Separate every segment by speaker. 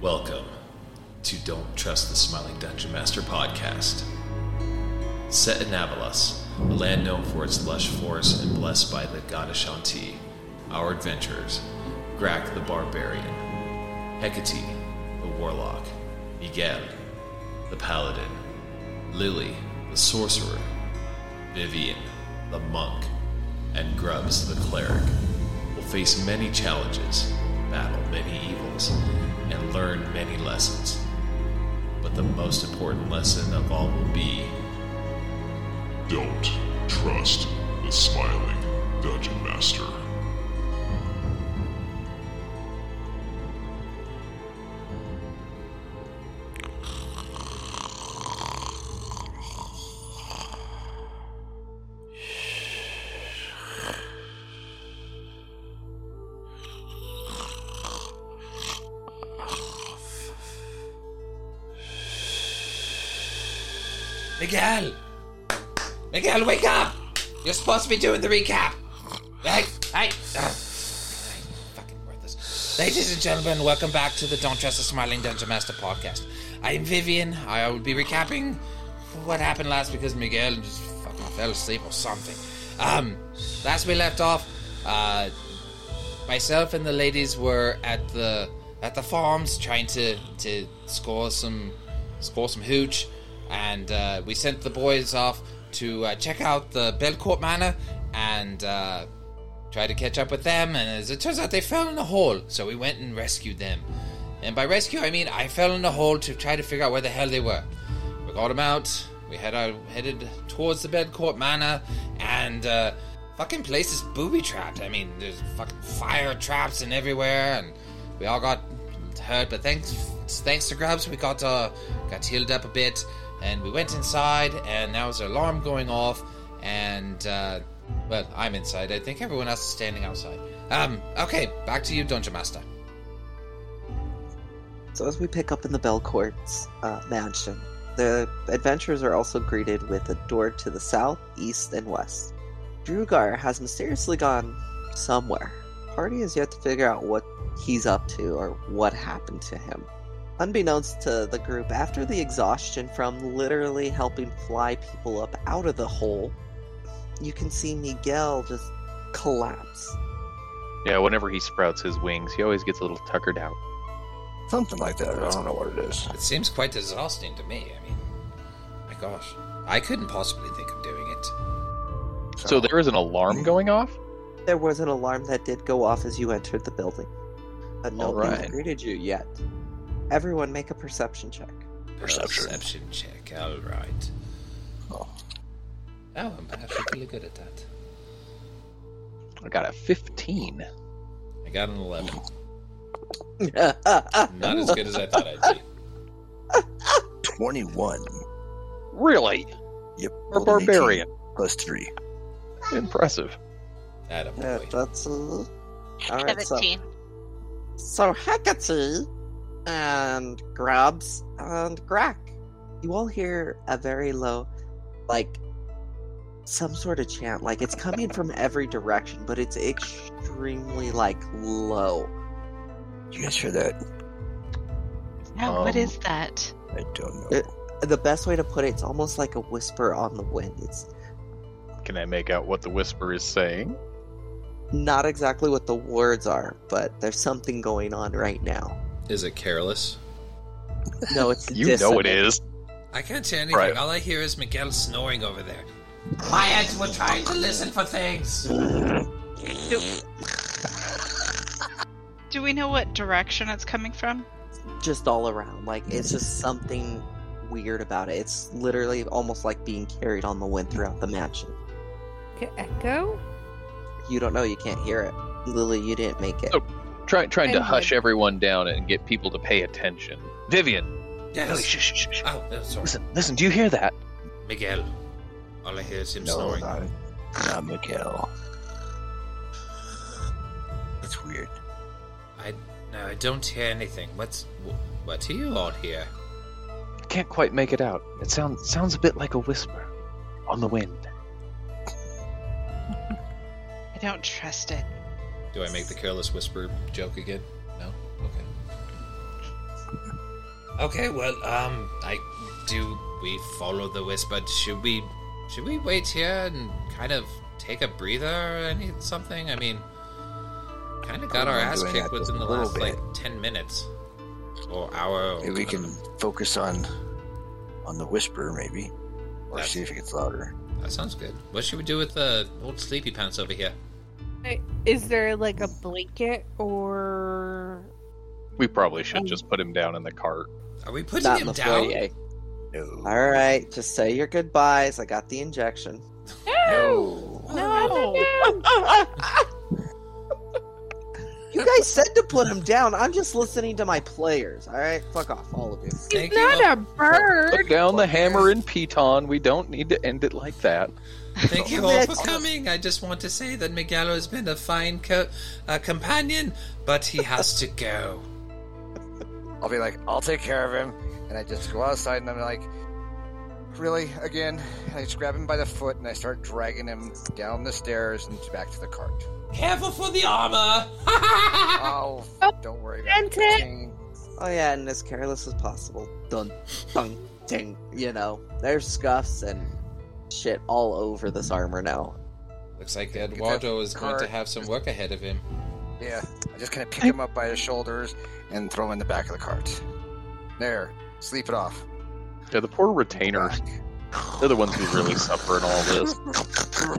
Speaker 1: Welcome to Don't Trust the Smiling Dungeon Master podcast. Set in Avalos, a land known for its lush forests and blessed by the god Ashanti, our adventurers, Grak the Barbarian, Hecate, the Warlock, Miguel, the Paladin, Lily, the Sorcerer, Vivian, the Monk, and Grubbs, the Cleric, will face many challenges, battle many evils, and learn many lessons. But the most important lesson of all will be
Speaker 2: Don't trust the smiling dungeon master.
Speaker 3: Miguel! Miguel, wake up! You're supposed to be doing the recap! Hey, hey! Ugh. Fucking worthless. Ladies and gentlemen, welcome back to the Don't Trust the Smiling Dungeon Master podcast. I'm Vivian. I will be recapping what happened last because Miguel just fucking fell asleep or something. Um, last we left off, uh, myself and the ladies were at the at the farms trying to to score some score some hooch, and uh, we sent the boys off to uh, check out the Belcourt Manor and uh, try to catch up with them. And as it turns out, they fell in a hole, so we went and rescued them. And by rescue, I mean I fell in a hole to try to figure out where the hell they were. We got them out. We had our, headed towards the Bedcourt Manor, and uh, fucking place is booby trapped. I mean, there's fucking fire traps and everywhere, and we all got hurt. But thanks, thanks to Grubs, we got uh, got healed up a bit, and we went inside, and now there's an alarm going off, and uh, well, I'm inside. I think everyone else is standing outside. Um, okay, back to you, Dungeon Master.
Speaker 4: So as we pick up in the Belcourt's uh, mansion, the adventurers are also greeted with a door to the south, east, and west. Drugar has mysteriously gone somewhere. Party has yet to figure out what he's up to or what happened to him. Unbeknownst to the group, after the exhaustion from literally helping fly people up out of the hole, you can see Miguel just collapse.
Speaker 5: Yeah, whenever he sprouts his wings, he always gets a little tuckered out.
Speaker 6: Something like that. I don't know what it is.
Speaker 3: It seems quite exhausting to me. I mean, my gosh, I couldn't possibly think of doing it.
Speaker 6: Oh.
Speaker 5: So there is an alarm going off?
Speaker 4: There was an alarm that did go off as you entered the building, but
Speaker 5: All
Speaker 4: nobody
Speaker 5: right.
Speaker 4: greeted you yet. Everyone, make a perception check.
Speaker 6: Perception.
Speaker 3: Perception check. All right.
Speaker 6: Oh.
Speaker 3: Oh, I'm actually really good at that.
Speaker 5: I got a 15.
Speaker 3: I got an 11.
Speaker 4: Not
Speaker 3: Not as good as I thought I'd be.
Speaker 6: 21.
Speaker 5: Really?
Speaker 6: Yep.
Speaker 5: Or
Speaker 6: rolled an 18
Speaker 5: barbarian.
Speaker 6: Plus 3.
Speaker 5: Impressive.
Speaker 3: Atta
Speaker 4: Yeah,
Speaker 3: boy.
Speaker 4: that's uh, all right. So,
Speaker 7: 17.
Speaker 4: so Hecate and Grabs and Grack, you all hear a very low, like some sort of chant. Like it's coming from every direction, but it's extremely like low.
Speaker 6: You guys hear that?
Speaker 7: Now, what
Speaker 5: Um,
Speaker 7: is that?
Speaker 6: I don't know.
Speaker 4: It- The best way to put it, it's almost like a whisper on the wind. It's
Speaker 5: Can I make out what the whisper is saying?
Speaker 4: not exactly what the words are, but there's something going on right now.
Speaker 1: is it careless?
Speaker 4: No, it's
Speaker 5: You know it is.
Speaker 3: I can't hear anything.
Speaker 5: Right.
Speaker 3: All I hear is Miguel snoring over there. Quiet! We're trying to listen for things.
Speaker 7: Do we know what direction it's coming from?
Speaker 4: just all around. Like it's just something weird about it. It's literally almost like being carried on the wind throughout the mansion.
Speaker 8: G- Echo?
Speaker 4: You don't know, you can't hear it. Lily, you didn't make it.
Speaker 5: Oh. Try, trying to
Speaker 8: And
Speaker 5: hush
Speaker 8: what-
Speaker 5: everyone down and get people to pay attention. Vivian! Lily, shh, shh, shh, shh.
Speaker 3: Oh, no, sorry.
Speaker 5: Listen, listen, do you hear that?
Speaker 3: Miguel. All I hear is him
Speaker 6: No,
Speaker 3: snoring.
Speaker 6: not, not Miguel. It's weird.
Speaker 3: I no, I don't hear anything. What's wh- what do you all hear?
Speaker 5: Can't quite make it out. It sounds sounds a bit like a whisper on the wind.
Speaker 7: I don't trust it.
Speaker 3: Do I make the careless whisper joke again? No. Okay. Okay, well, um, I do. We follow the whisper. Should we, should we wait here and kind of take a breather or any something? I mean, kind of got
Speaker 6: wouldn't
Speaker 3: our
Speaker 6: mind
Speaker 3: ass
Speaker 6: doing
Speaker 3: kicked
Speaker 6: that just
Speaker 3: within the
Speaker 6: a little
Speaker 3: last like
Speaker 6: bit.
Speaker 3: ten minutes or hour. Or
Speaker 6: Maybe we can focus on on the whisper, maybe, or
Speaker 3: That's-
Speaker 6: see if it gets louder.
Speaker 3: That sounds good. What should we do with the old sleepy pants over here?
Speaker 8: Is there like a blanket or
Speaker 5: We probably should just put him down in the cart.
Speaker 3: Are we putting
Speaker 4: Not in
Speaker 3: him
Speaker 4: the
Speaker 3: down?
Speaker 4: foyer.
Speaker 6: No,
Speaker 4: All right, just say your goodbyes. I got the injection.
Speaker 6: no.
Speaker 7: No.
Speaker 4: You guys said to put him down. I'm just listening to my players. All right, fuck off, all of you.
Speaker 3: Thank
Speaker 8: He's
Speaker 3: you,
Speaker 8: not
Speaker 3: all-
Speaker 8: a bird.
Speaker 5: Put down the hammer and piton. We don't need to end it like that.
Speaker 3: Thank you all for coming. I just want to say that Megalo has been a fine co- uh, companion, but he has to go.
Speaker 6: I'll be like, I'll take care of him, and I just go outside, and I'm like, really again? And I just grab him by the foot, and I start dragging him down the stairs and back to the cart.
Speaker 3: Careful for the armor!
Speaker 6: Oh, don't worry about
Speaker 8: Sent it.
Speaker 6: it.
Speaker 4: Oh yeah, and as careless as possible. Dun, dun, ding. You know, there's scuffs and shit all over this armor now.
Speaker 3: Looks like
Speaker 6: Get that
Speaker 3: Eduardo is going to
Speaker 6: cart.
Speaker 3: have some work ahead of him.
Speaker 6: Yeah, I just kind of pick him up by the shoulders and throw him in the back of the cart. There, sleep it off.
Speaker 5: Yeah, the poor retainers. They're the ones who really suffer in all this.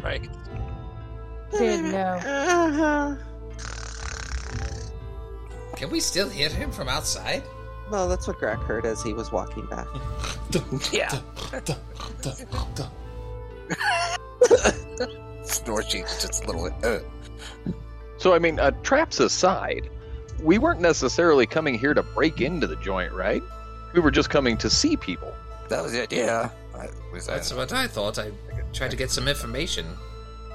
Speaker 6: right.
Speaker 8: Didn't know.
Speaker 4: Uh-huh.
Speaker 3: Can we still hear him from outside?
Speaker 4: No, that's what Grack heard as he was walking back.
Speaker 6: Yeah. Snorching, just a little. Uh,
Speaker 5: So, I mean, uh, traps aside, we weren't necessarily coming here to break into the joint, right? We were just coming to see people.
Speaker 6: that was it. Yeah. I, was uh, that?
Speaker 3: That's what I thought. I tried to get some information.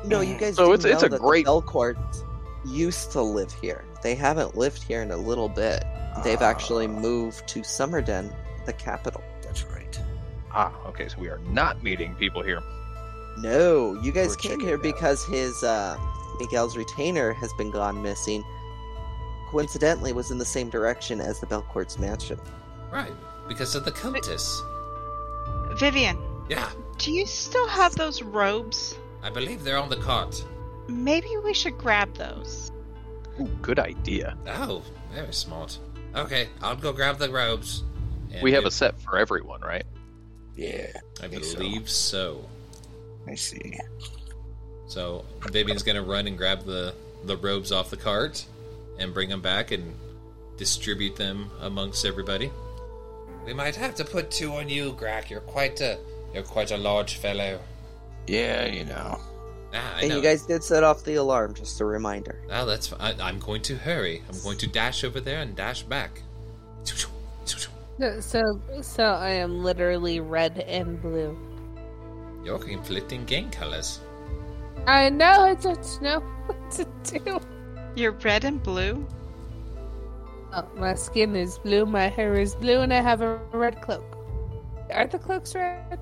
Speaker 4: No, you guys.
Speaker 5: So
Speaker 4: do
Speaker 5: it's- it's
Speaker 4: know
Speaker 5: a
Speaker 4: that
Speaker 5: great-
Speaker 4: The Belcourts used to live here. They haven't lived here in a little bit. They've actually
Speaker 6: Ah,
Speaker 4: moved to Summerden, the capital.
Speaker 6: That's right.
Speaker 5: Ah, okay, so we are not meeting people here.
Speaker 4: No, you guys
Speaker 6: We're
Speaker 4: came
Speaker 6: checking
Speaker 4: here
Speaker 6: it out.
Speaker 4: because his uh, Miguel's retainer has been gone missing. Coincidentally, was in the same direction as the Belcourt's mansion.
Speaker 3: Right, because of the cultists.
Speaker 7: Vivian,
Speaker 3: Yeah,
Speaker 7: do you still have those robes?
Speaker 3: I believe they're on the cart.
Speaker 7: Maybe we should grab those.
Speaker 5: Ooh, good idea.
Speaker 3: Oh, very smart. Okay, I'll go grab the robes. And
Speaker 5: We have a set for everyone, right?
Speaker 6: Yeah.
Speaker 3: I
Speaker 6: think so.
Speaker 3: believe so.
Speaker 6: I see.
Speaker 3: So Vivian's gonna run and grab the the robes off the cart and bring them back and distribute them amongst everybody. We might have to put two on you, Grack. You're quite a you're quite a large fellow.
Speaker 6: Yeah, you know.
Speaker 3: Ah, I
Speaker 4: and
Speaker 3: know.
Speaker 4: you guys did set off the alarm, just a reminder.
Speaker 3: Ah, that's. fi- I, I'm going to hurry. I'm going to dash over there and dash back.
Speaker 8: No, So, so I am literally red and blue.
Speaker 3: You're conflicting gang colors.
Speaker 8: I know I don't know what to do.
Speaker 7: You're red and blue.
Speaker 8: Oh, my skin is blue, my hair is blue, and I have a red cloak. Are the cloaks red?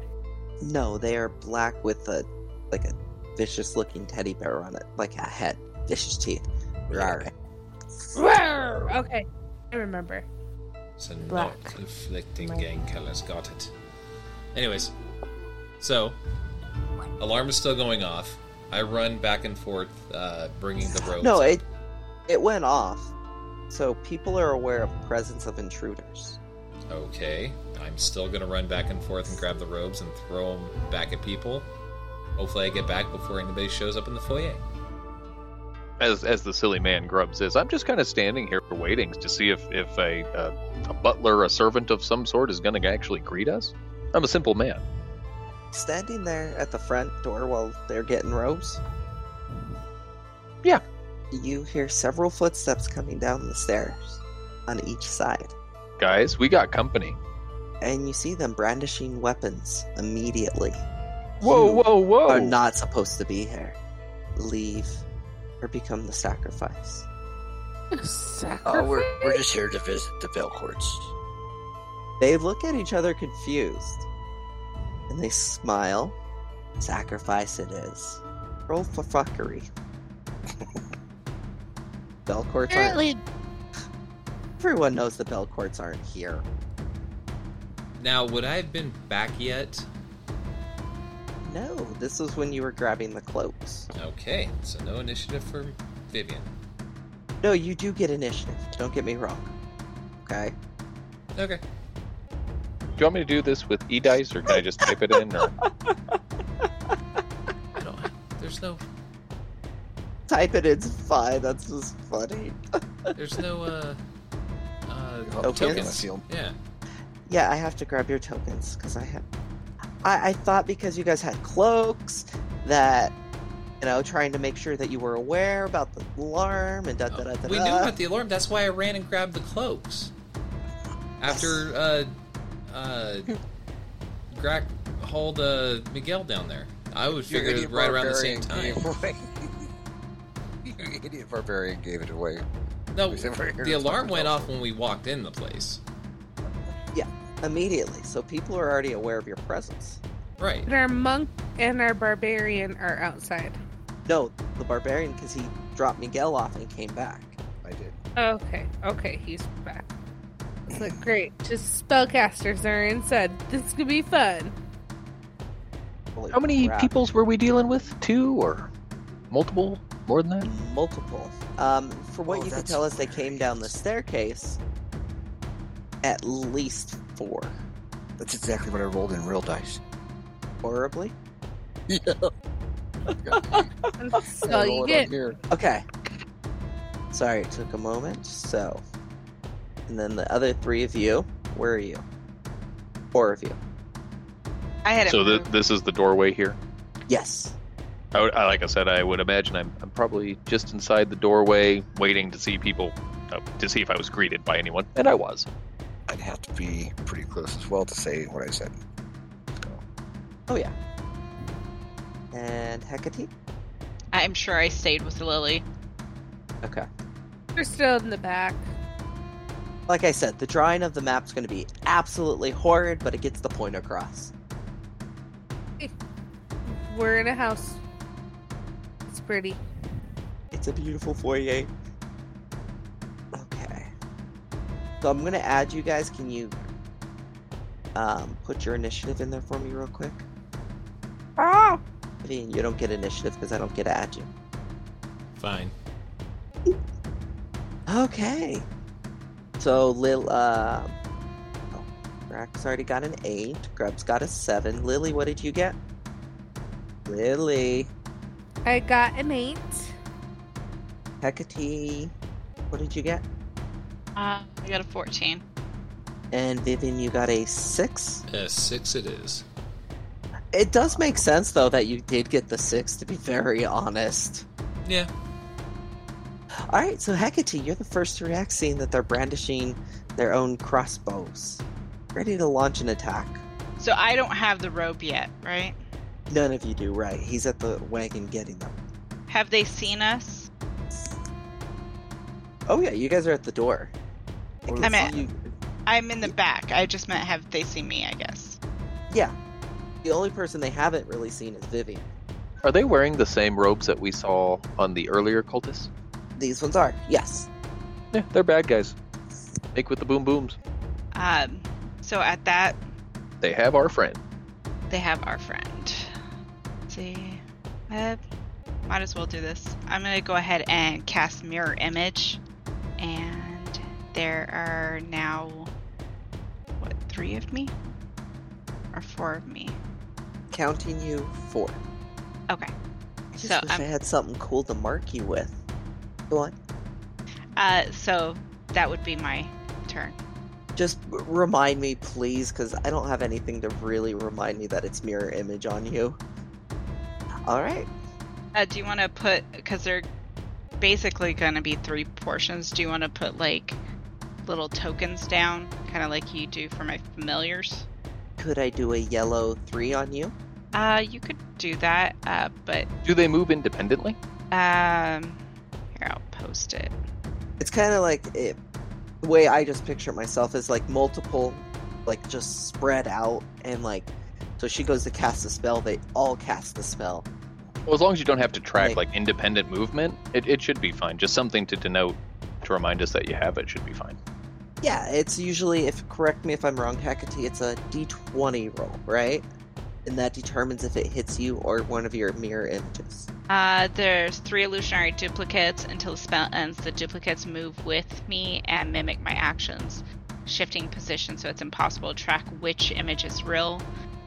Speaker 4: No, they are black with a like a vicious looking teddy bear on it, like a head, vicious teeth. Rawr.
Speaker 8: Roar! Okay, I remember.
Speaker 3: So
Speaker 8: Black.
Speaker 3: not conflicting
Speaker 8: Black.
Speaker 3: gang colors. Got it. Anyways, so alarm is still going off. I run back and forth, uh, bringing the robes.
Speaker 4: No, it it went off. So people are aware of presence of intruders.
Speaker 3: Okay, I'm still gonna run back and forth and grab the robes and throw them back at people. Hopefully, I get back before anybody shows up in the foyer.
Speaker 5: As as the silly man Grub says, I'm just kind of standing here waiting to see if if a uh, a butler, a servant of some sort, is going to actually greet us. I'm a simple man.
Speaker 4: Standing there at the front door while they're getting robes.
Speaker 5: Yeah.
Speaker 4: You hear several footsteps coming down the stairs on each side,
Speaker 5: Guys, we got company.
Speaker 4: and you see them brandishing weapons immediately.
Speaker 5: Whoa,
Speaker 4: You
Speaker 5: whoa, whoa!
Speaker 4: Are not supposed to be here. Leave or become the sacrifice.
Speaker 6: Oh, we're,
Speaker 8: Sacrifice?
Speaker 6: we're just here to visit the Velcourts.
Speaker 4: They look at each other confused. And they smile. Sacrifice it is. Roll for fuckery. Bell courts aren't.
Speaker 8: Apparently,
Speaker 4: Everyone knows the bell courts aren't here.
Speaker 1: Now, would I have been back yet?
Speaker 4: No, this was when you were grabbing the cloaks.
Speaker 1: Okay, so no initiative for Vivian.
Speaker 4: No, you do get initiative. Don't get me wrong. Okay.
Speaker 1: Okay.
Speaker 5: Do you want me to do this with e dice, or can I just type it in? Or...
Speaker 1: I don't. There's no.
Speaker 4: Type it in's fine. That's just funny.
Speaker 1: There's no. Uh. Uh.
Speaker 3: Oh,
Speaker 4: Okay.
Speaker 1: Tokens. Yeah.
Speaker 4: Yeah, I have to grab your tokens because I have. I, I thought because you guys had cloaks that, you know, trying to make sure that you were aware about the alarm and da da da da.
Speaker 1: we
Speaker 4: da.
Speaker 1: knew about the alarm. That's why I ran and grabbed the cloaks. After uh, uh, Grack hauled uh, Miguel down there, I would
Speaker 6: You
Speaker 1: figure
Speaker 6: idiot
Speaker 1: right around the same
Speaker 6: barbarian
Speaker 1: time.
Speaker 6: gave away- you idiot barbarian gave it away.
Speaker 1: No,
Speaker 6: We said we're here
Speaker 1: the
Speaker 6: to
Speaker 1: alarm
Speaker 6: talk
Speaker 1: went
Speaker 6: about-
Speaker 1: off when we walked in the place.
Speaker 4: immediately, so people are already aware of your presence.
Speaker 1: Right.
Speaker 8: And our monk and our barbarian are outside.
Speaker 4: No, the barbarian because he dropped Miguel off and came back.
Speaker 6: I did.
Speaker 8: Okay, okay, he's back. It's like, great, just spellcasters are inside. This could be fun.
Speaker 4: Holy
Speaker 5: How many
Speaker 4: crap.
Speaker 5: peoples were we dealing with? Two or multiple? More than that?
Speaker 4: Multiple. Um, for what
Speaker 6: Oh,
Speaker 4: you could
Speaker 6: that's
Speaker 4: tell us, they came down the
Speaker 6: hilarious.
Speaker 4: staircase. At least four.
Speaker 6: That's exactly what I rolled in real dice.
Speaker 4: Horribly.
Speaker 6: Yeah.
Speaker 8: And That's all you get.
Speaker 6: Here.
Speaker 4: Okay. Sorry, it took a moment. So, and then the other three of you, where are you? Four of you.
Speaker 7: I had it.
Speaker 5: So th-
Speaker 7: moved.
Speaker 5: this is the doorway here.
Speaker 4: Yes.
Speaker 5: I would, I, like I said, I would imagine I'm, I'm probably just inside the doorway, waiting to see people, uh, to see if I was greeted by anyone, and I was.
Speaker 6: I'd have to be pretty close as well to say what I said.
Speaker 4: Oh yeah. And Hecate.
Speaker 7: I'm sure I stayed with Lily.
Speaker 4: Okay.
Speaker 8: We're still in the back.
Speaker 4: Like I said, the drawing of the map's going to be absolutely horrid, but it gets the point across.
Speaker 8: We're in a house. It's pretty.
Speaker 4: It's a beautiful foyer. Okay. So I'm going to add you guys. Can you um, put your initiative in there for me real quick?
Speaker 8: Oh,
Speaker 4: I mean, you don't get initiative because I don't get to add you.
Speaker 1: Fine.
Speaker 4: Okay. So Lil, uh, oh, Rax already got an eight. Grub's got a seven. Lily, what did you get? Lily,
Speaker 8: I got an eight.
Speaker 4: Hecate, what did you get?
Speaker 7: Uh, I got a 14.
Speaker 4: And Vivian, you got a six.
Speaker 1: Uh, six it is.
Speaker 4: It does make sense though that you did get the six. To be very honest.
Speaker 1: Yeah.
Speaker 4: All right, so Hecate, you're the first to react, seeing that they're brandishing their own crossbows, ready to launch an attack.
Speaker 7: So I don't have the robe yet, right?
Speaker 4: None of you do, right? He's at the wagon getting them.
Speaker 7: Have they seen us?
Speaker 4: Oh yeah, you guys are at the door. I can
Speaker 7: I'm
Speaker 4: see
Speaker 7: at-
Speaker 4: you-
Speaker 7: I'm in the back. I just meant have they seen me, I guess.
Speaker 4: Yeah. The only person they haven't really seen is Vivian.
Speaker 5: Are they wearing the same robes that we saw on the earlier cultists?
Speaker 4: These ones are, yes.
Speaker 5: Yeah, they're bad guys. Make with the boom booms.
Speaker 7: Um, so at that,
Speaker 5: They have our friend.
Speaker 7: they have our friend. Let's see. Uh, might as well do this. I'm going to go ahead and cast Mirror Image. And there are now, what, three of me? Or four of me?
Speaker 4: Counting you four.
Speaker 7: Okay.
Speaker 4: I just
Speaker 7: So um
Speaker 4: wish
Speaker 7: I'm-
Speaker 4: I had something cool to mark you with. Go on.
Speaker 7: Uh, so that would be my turn.
Speaker 4: Just r- remind me, please, because I don't have anything to really remind me that it's mirror image on you. All right.
Speaker 7: Uh, do you want to put, because they're basically going to be three portions, do you want to put like little tokens down, kind of like you do for my familiars?
Speaker 4: Could I do a yellow three on you?
Speaker 7: Uh, you could do that, uh, but
Speaker 5: Do they move independently?
Speaker 7: um, here I'll post it.
Speaker 4: It's kind of like it. The way I just picture it myself is like multiple, like just spread out and like. So she goes to cast a spell. They all cast the spell.
Speaker 5: Well, as long as you don't have to track
Speaker 4: Like-
Speaker 5: like independent movement, it, it should be fine. Just something to denote, to remind us that you have it should be fine.
Speaker 4: Yeah, it's usually, if correct me if I'm wrong, Hecate, it's a d20 roll, right? And that determines if it hits you or one of your mirror images.
Speaker 7: Uh, there's three illusionary duplicates until the spell ends. The duplicates move with me and mimic my actions, shifting position so it's impossible to track which image is real.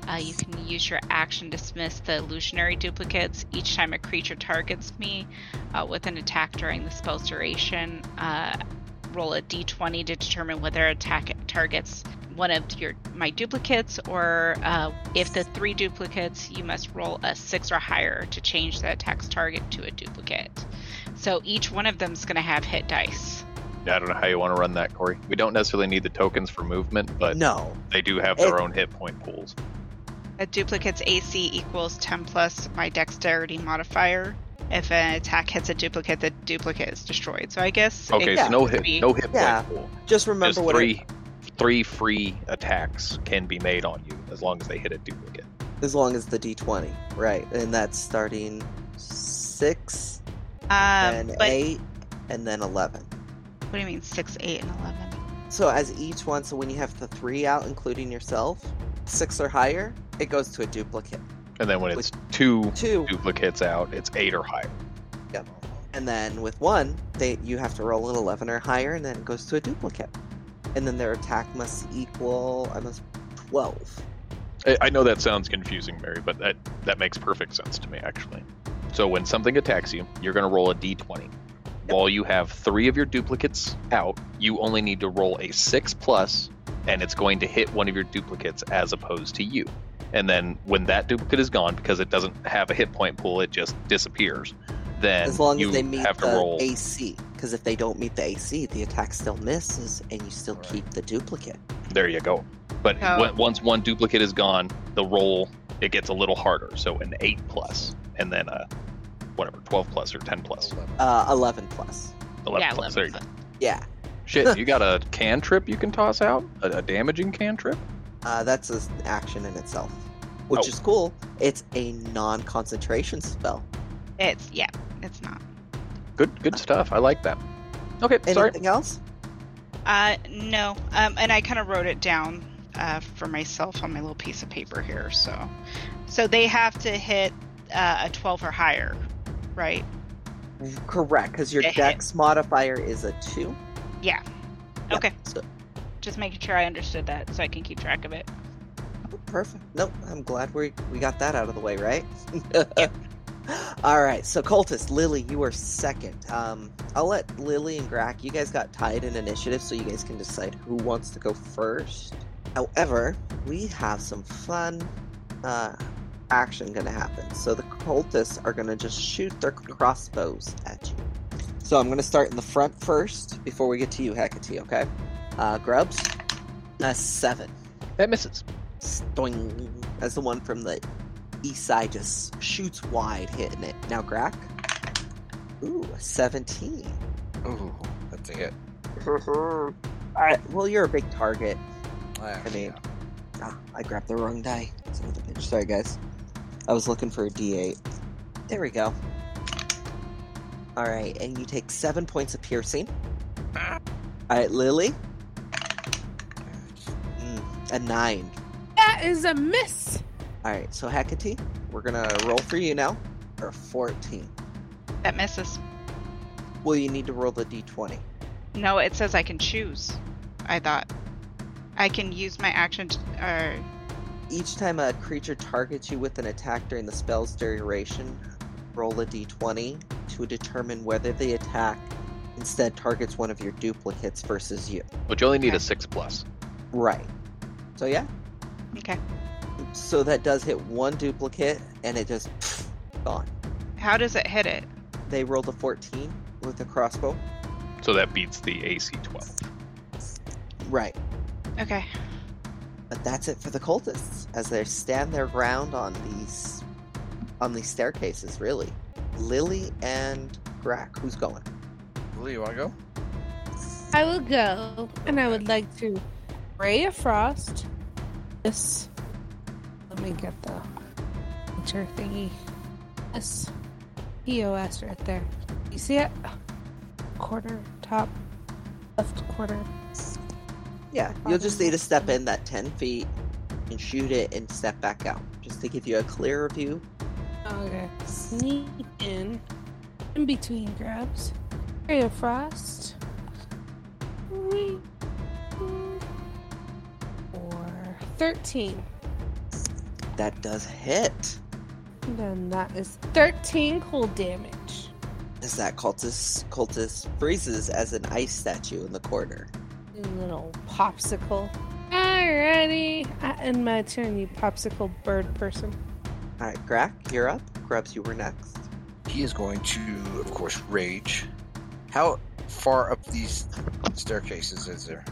Speaker 7: Uh, you can use your action to dismiss the illusionary duplicates each time a creature targets me uh, with an attack during the spell's duration. Uh, roll a d20 to determine whether attack targets one of your my duplicates or uh, if the three duplicates you must roll a six or higher to change the attack's target to a duplicate so each one of them's going to have hit dice
Speaker 5: I don't know how you want to run that, Corey. We don't necessarily need the tokens for movement, but
Speaker 4: No.
Speaker 5: they do have their
Speaker 4: It-
Speaker 5: own hit point pools.
Speaker 7: a duplicate's ac equals 10 plus my dexterity modifier if an attack hits a duplicate the duplicate is destroyed so i guess it
Speaker 5: Okay,
Speaker 4: Yeah.
Speaker 5: so no
Speaker 7: could
Speaker 5: hit,
Speaker 7: be- um,
Speaker 5: no hit
Speaker 4: Yeah.
Speaker 5: point pool.
Speaker 4: Just remember
Speaker 5: Just
Speaker 4: what
Speaker 5: three, three free attacks can be made on you as long as they hit a duplicate.
Speaker 4: it, as long as the d20, right? And that's starting 6,
Speaker 7: um,
Speaker 4: and
Speaker 7: but
Speaker 4: 8, and then 11.
Speaker 7: what do you mean 6 8 and 11
Speaker 4: So as each one, so when you have the three out, including yourself, six or higher, it goes to a duplicate.
Speaker 5: And then when it's two
Speaker 4: Two,
Speaker 5: duplicates out, it's eight or higher.
Speaker 4: yep. and then with one, they you have to roll an eleven or higher, and then it goes to a duplicate. And then their attack must equal, I must twelve.
Speaker 5: I, I know that sounds confusing, Mary, but that, that makes perfect sense to me, actually. So when something attacks you, you're going to roll a d20. While you have three of your duplicates out, you only need to roll a six plus, and it's going to hit one of your duplicates as opposed to you. And then when that duplicate is gone, because it doesn't have a hit point pool, it just disappears. Then
Speaker 4: As long
Speaker 5: you
Speaker 4: as they meet
Speaker 5: have to
Speaker 4: the
Speaker 5: roll.
Speaker 4: AC, because if they don't meet the AC, the attack still misses, and you still
Speaker 6: Right.
Speaker 4: keep the duplicate.
Speaker 5: There you go. But
Speaker 7: Oh.
Speaker 5: when- once one duplicate is gone, the roll it gets a little harder. So an eight plus, and then a whatever twelve plus or ten plus,
Speaker 4: Uh, eleven plus.
Speaker 5: eleven
Speaker 7: yeah 11
Speaker 5: plus. There you go.
Speaker 7: plus.
Speaker 4: Yeah,
Speaker 5: Shit, you got a cantrip you can toss out, a, a damaging cantrip.
Speaker 4: uh, that's an action in itself, which
Speaker 5: Oh.
Speaker 4: is cool. It's a non-concentration spell.
Speaker 7: it's yeah it's not
Speaker 5: Good, good stuff. I like that. Okay, sorry.
Speaker 4: Anything else?
Speaker 7: Uh, no. Um, and I kind of wrote it down uh, for myself on my little piece of paper here. So, so they have to hit uh, a 12 or higher, right?
Speaker 4: Correct, because your
Speaker 7: To hit.
Speaker 4: dex modifier is a two.
Speaker 7: Yeah.
Speaker 4: Yeah,
Speaker 7: Okay.
Speaker 4: so-
Speaker 7: Just making sure I understood that so I can keep track of it.
Speaker 4: oh, perfect. Nope. I'm glad we we got that out of the way, right? All right. So, cultist Lily, you are second. Um, I'll let Lily and Grack. You guys got tied in initiative, so you guys can decide who wants to go first. However, we have some fun uh, action going to happen. So the cultists are going to just shoot their crossbows at you. So I'm going to start in the front first before we get to you, Hecate. Okay. Uh, Grubs, a seven.
Speaker 5: That misses.
Speaker 4: Stoing. As the one from the east side just shoots wide, hitting it. Now, Grack. Ooh, a 17.
Speaker 6: Ooh, that's a hit.
Speaker 4: Alright, well, you're a big target.
Speaker 6: Ah,
Speaker 4: I mean, ah, I grabbed the wrong die. Son of a bitch. Sorry, guys. I was looking for a d8. There we go. Alright, and you take seven points of piercing. Alright, Lily, Mm, a nine.
Speaker 8: That is a miss.
Speaker 4: Alright, so Hecate, we're gonna roll for you now. Or 14.
Speaker 7: That misses.
Speaker 4: Well, you need to roll the d20.
Speaker 7: No, it says I can choose. I thought I can use my action. To, uh,
Speaker 4: Each time a creature targets you with an attack during the spell's duration, roll a d20 to determine whether the attack instead targets one of your duplicates versus you.
Speaker 5: But you only need
Speaker 7: Okay.
Speaker 5: a six plus.
Speaker 4: Right. So, yeah.
Speaker 7: okay.
Speaker 4: So that does hit one duplicate, and it just pff, gone.
Speaker 7: How does it hit it?
Speaker 4: They rolled a 14 with the crossbow.
Speaker 5: So that beats the AC twelve.
Speaker 4: Right.
Speaker 7: Okay.
Speaker 4: But that's it for the cultists as they stand their ground on these on these staircases. Really, Lily and Grack. Who's going?
Speaker 6: Lily, you want to go?
Speaker 8: I will go, and I would like to ray of frost. This. Let me get the enter thingy. This POS right there. You see it? Quarter top left quarter.
Speaker 4: Yeah, you'll just need to step in that 10 feet and shoot it and step back out, just to give you a clearer view.
Speaker 8: Okay. Sneak in. In between grabs. Ray of Frost. Whee. Or 13.
Speaker 4: That does hit.
Speaker 8: Then that is 13 cold damage.
Speaker 4: As that cultist cultist freezes as an ice statue in the corner.
Speaker 8: You little popsicle. Alrighty. I end my turn, you popsicle bird person.
Speaker 4: All right, Grack, you're up. Grubs, you were next.
Speaker 6: He is going to, of course, rage. How far up these staircases is there?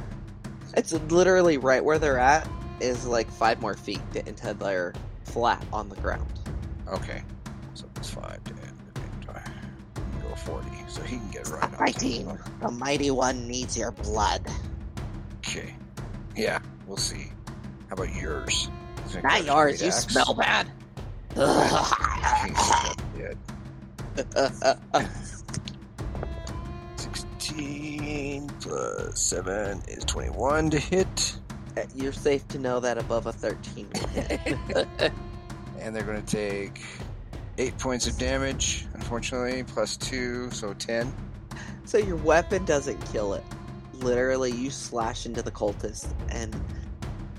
Speaker 4: It's literally right where they're at is like five more feet to- until they're flat on the ground.
Speaker 6: Okay. So it's 5, 10, 15, 20. He can Go 40. So he can get right
Speaker 4: Stop
Speaker 6: up.
Speaker 4: fighting. The mighty one needs your blood,
Speaker 6: Okay. Yeah, we'll see. How about yours? He's gonna
Speaker 4: not
Speaker 6: grab
Speaker 4: yours.
Speaker 6: his
Speaker 4: You
Speaker 6: axe.
Speaker 4: smell bad.
Speaker 6: Okay, so that's it. 16 plus 7 is 21 to hit.
Speaker 4: You're safe to know that above a 13 will hit.
Speaker 6: And they're going to take 8 points of damage, unfortunately, plus 2, so 10.
Speaker 4: So your weapon doesn't kill it. Literally, you slash into the cultist, and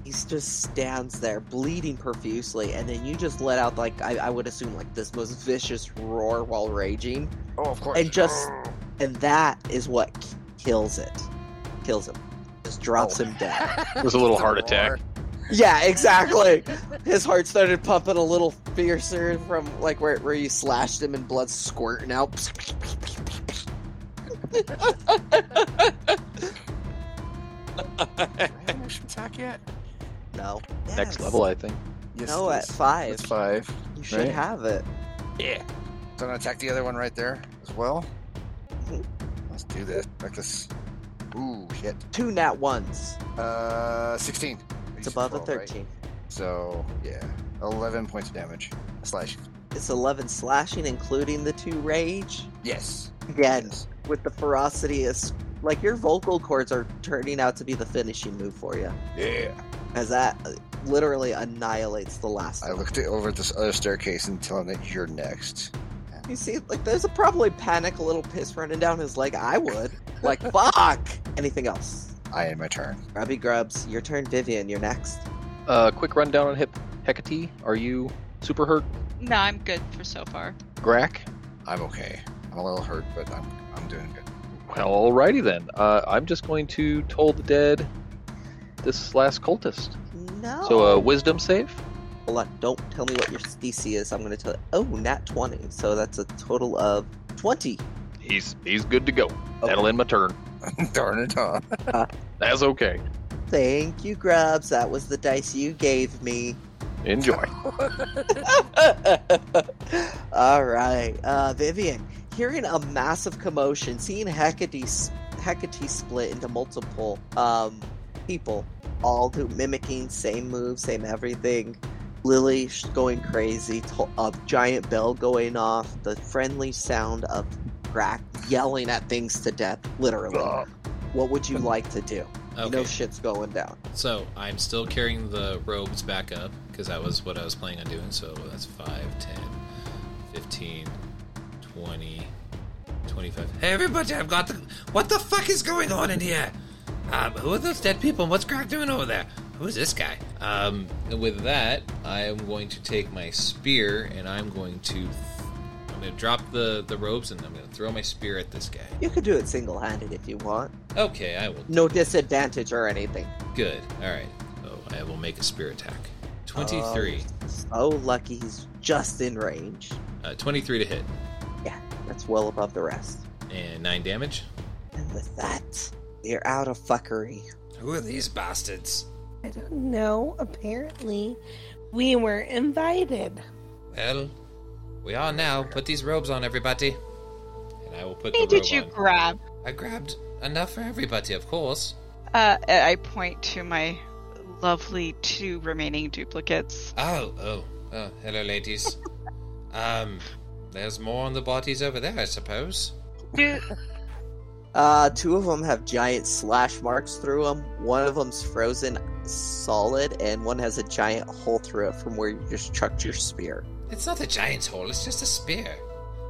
Speaker 4: he just stands there, bleeding profusely. And then you just let out like I, I would assume like this most vicious roar while raging,
Speaker 6: Oh, of course.
Speaker 4: and just and that is what k- kills it, kills him, just drops him dead.
Speaker 5: It was a little heart attack.
Speaker 4: Yeah, exactly. His heart started pumping a little fiercer from like where where you slashed him and blood squirting out.
Speaker 6: attack yet?
Speaker 4: No.
Speaker 5: Next
Speaker 4: Yes.
Speaker 5: level, I think.
Speaker 6: Yes,
Speaker 4: No, at
Speaker 6: that's
Speaker 4: five.
Speaker 6: It's 5.
Speaker 4: You should
Speaker 6: right?
Speaker 4: have it.
Speaker 6: So I'm going to attack the other one right there as well.
Speaker 4: Mhm.
Speaker 6: Let's do this. Like this. Ooh, hit.
Speaker 4: Two nat ones.
Speaker 6: Uh, 16.
Speaker 4: It's above a
Speaker 6: 12, right?
Speaker 4: 13.
Speaker 6: So, yeah, 11 points of damage. Slash.
Speaker 4: It's 11 slashing, including the two rage.
Speaker 6: Yes.
Speaker 4: Again,
Speaker 6: Yes.
Speaker 4: with the ferocity, is like your vocal cords are turning out to be the finishing move for you.
Speaker 6: Yeah.
Speaker 4: As that uh, literally annihilates the last
Speaker 6: I
Speaker 4: one.
Speaker 6: looked it over at this other staircase and tell him that you're next.
Speaker 4: You see, like, there's a probably panic, a little piss running down his leg. I would. Like, fuck! Anything else?
Speaker 6: I end my turn.
Speaker 4: Robbie Grubs, your turn, Vivian, you're next.
Speaker 5: Uh, quick rundown on hip. Hecate, are you super hurt?
Speaker 7: No, I'm good for so far.
Speaker 5: Grack?
Speaker 6: I'm okay. I'm a little hurt, but I'm, I'm doing good.
Speaker 5: Well, alrighty then. Uh, I'm just going to toll the dead this last cultist.
Speaker 4: No.
Speaker 5: So uh, a wisdom save.
Speaker 4: Hold on, don't tell me what your DC is. I'm gonna tell. Oh, nat twenty. So that's a total of twenty.
Speaker 5: He's he's good to go.
Speaker 4: Okay.
Speaker 5: That'll end my turn.
Speaker 6: Darn it, huh?
Speaker 5: That's okay.
Speaker 4: Thank you, Grubs. That was the dice you gave me.
Speaker 5: Enjoy.
Speaker 4: All right, uh, Vivian. Hearing a massive commotion, seeing Hecate s- Hecate split into multiple um, people, all do mimicking same moves, same everything. Lily sh- going crazy, to- a giant bell going off, the friendly sound of Grack yelling at things to death, literally. What would you like to do? You know
Speaker 1: Okay.
Speaker 4: shit's going down.
Speaker 1: So I'm still carrying the robes back up because that was what I was planning on doing. So that's 5, 10, 15, 20, 25.
Speaker 3: Hey, everybody, I've got the. What the fuck is going on in here? Um, who are those dead people? and What's Greg doing over there? Who's this guy?
Speaker 1: Um, and with that, I am going to take my spear and I'm going to. Th- I'm going to drop the, the robes and I'm going to throw my spear at this guy.
Speaker 4: You could do it single handed if you want.
Speaker 1: Okay, I will.
Speaker 4: No disadvantage or anything.
Speaker 1: Good. All right.
Speaker 3: Oh,
Speaker 1: So I will make a spear attack. 23.
Speaker 3: Um,
Speaker 4: So lucky he's just in range.
Speaker 1: Uh, 23 to hit.
Speaker 4: That's well above the rest.
Speaker 1: And 9 damage.
Speaker 4: And with that, you're out of fuckery.
Speaker 3: Who are these bastards?
Speaker 8: I don't know. Apparently, we were invited.
Speaker 3: Well, we are now. Put these robes on, everybody.
Speaker 1: And I will put
Speaker 7: How
Speaker 1: the
Speaker 7: many did you
Speaker 1: robe on.
Speaker 7: grab?
Speaker 3: I grabbed enough for everybody, of course.
Speaker 7: Uh, I point to my lovely two remaining duplicates.
Speaker 3: Oh, oh, oh, hello, ladies. um, there's more on the bodies over there, I suppose.
Speaker 7: Do
Speaker 4: Uh, two of them have giant slash marks through them. One of them's frozen solid, and one has a giant hole through it from where you just chucked your spear.
Speaker 3: It's not a giant's hole, it's just a spear.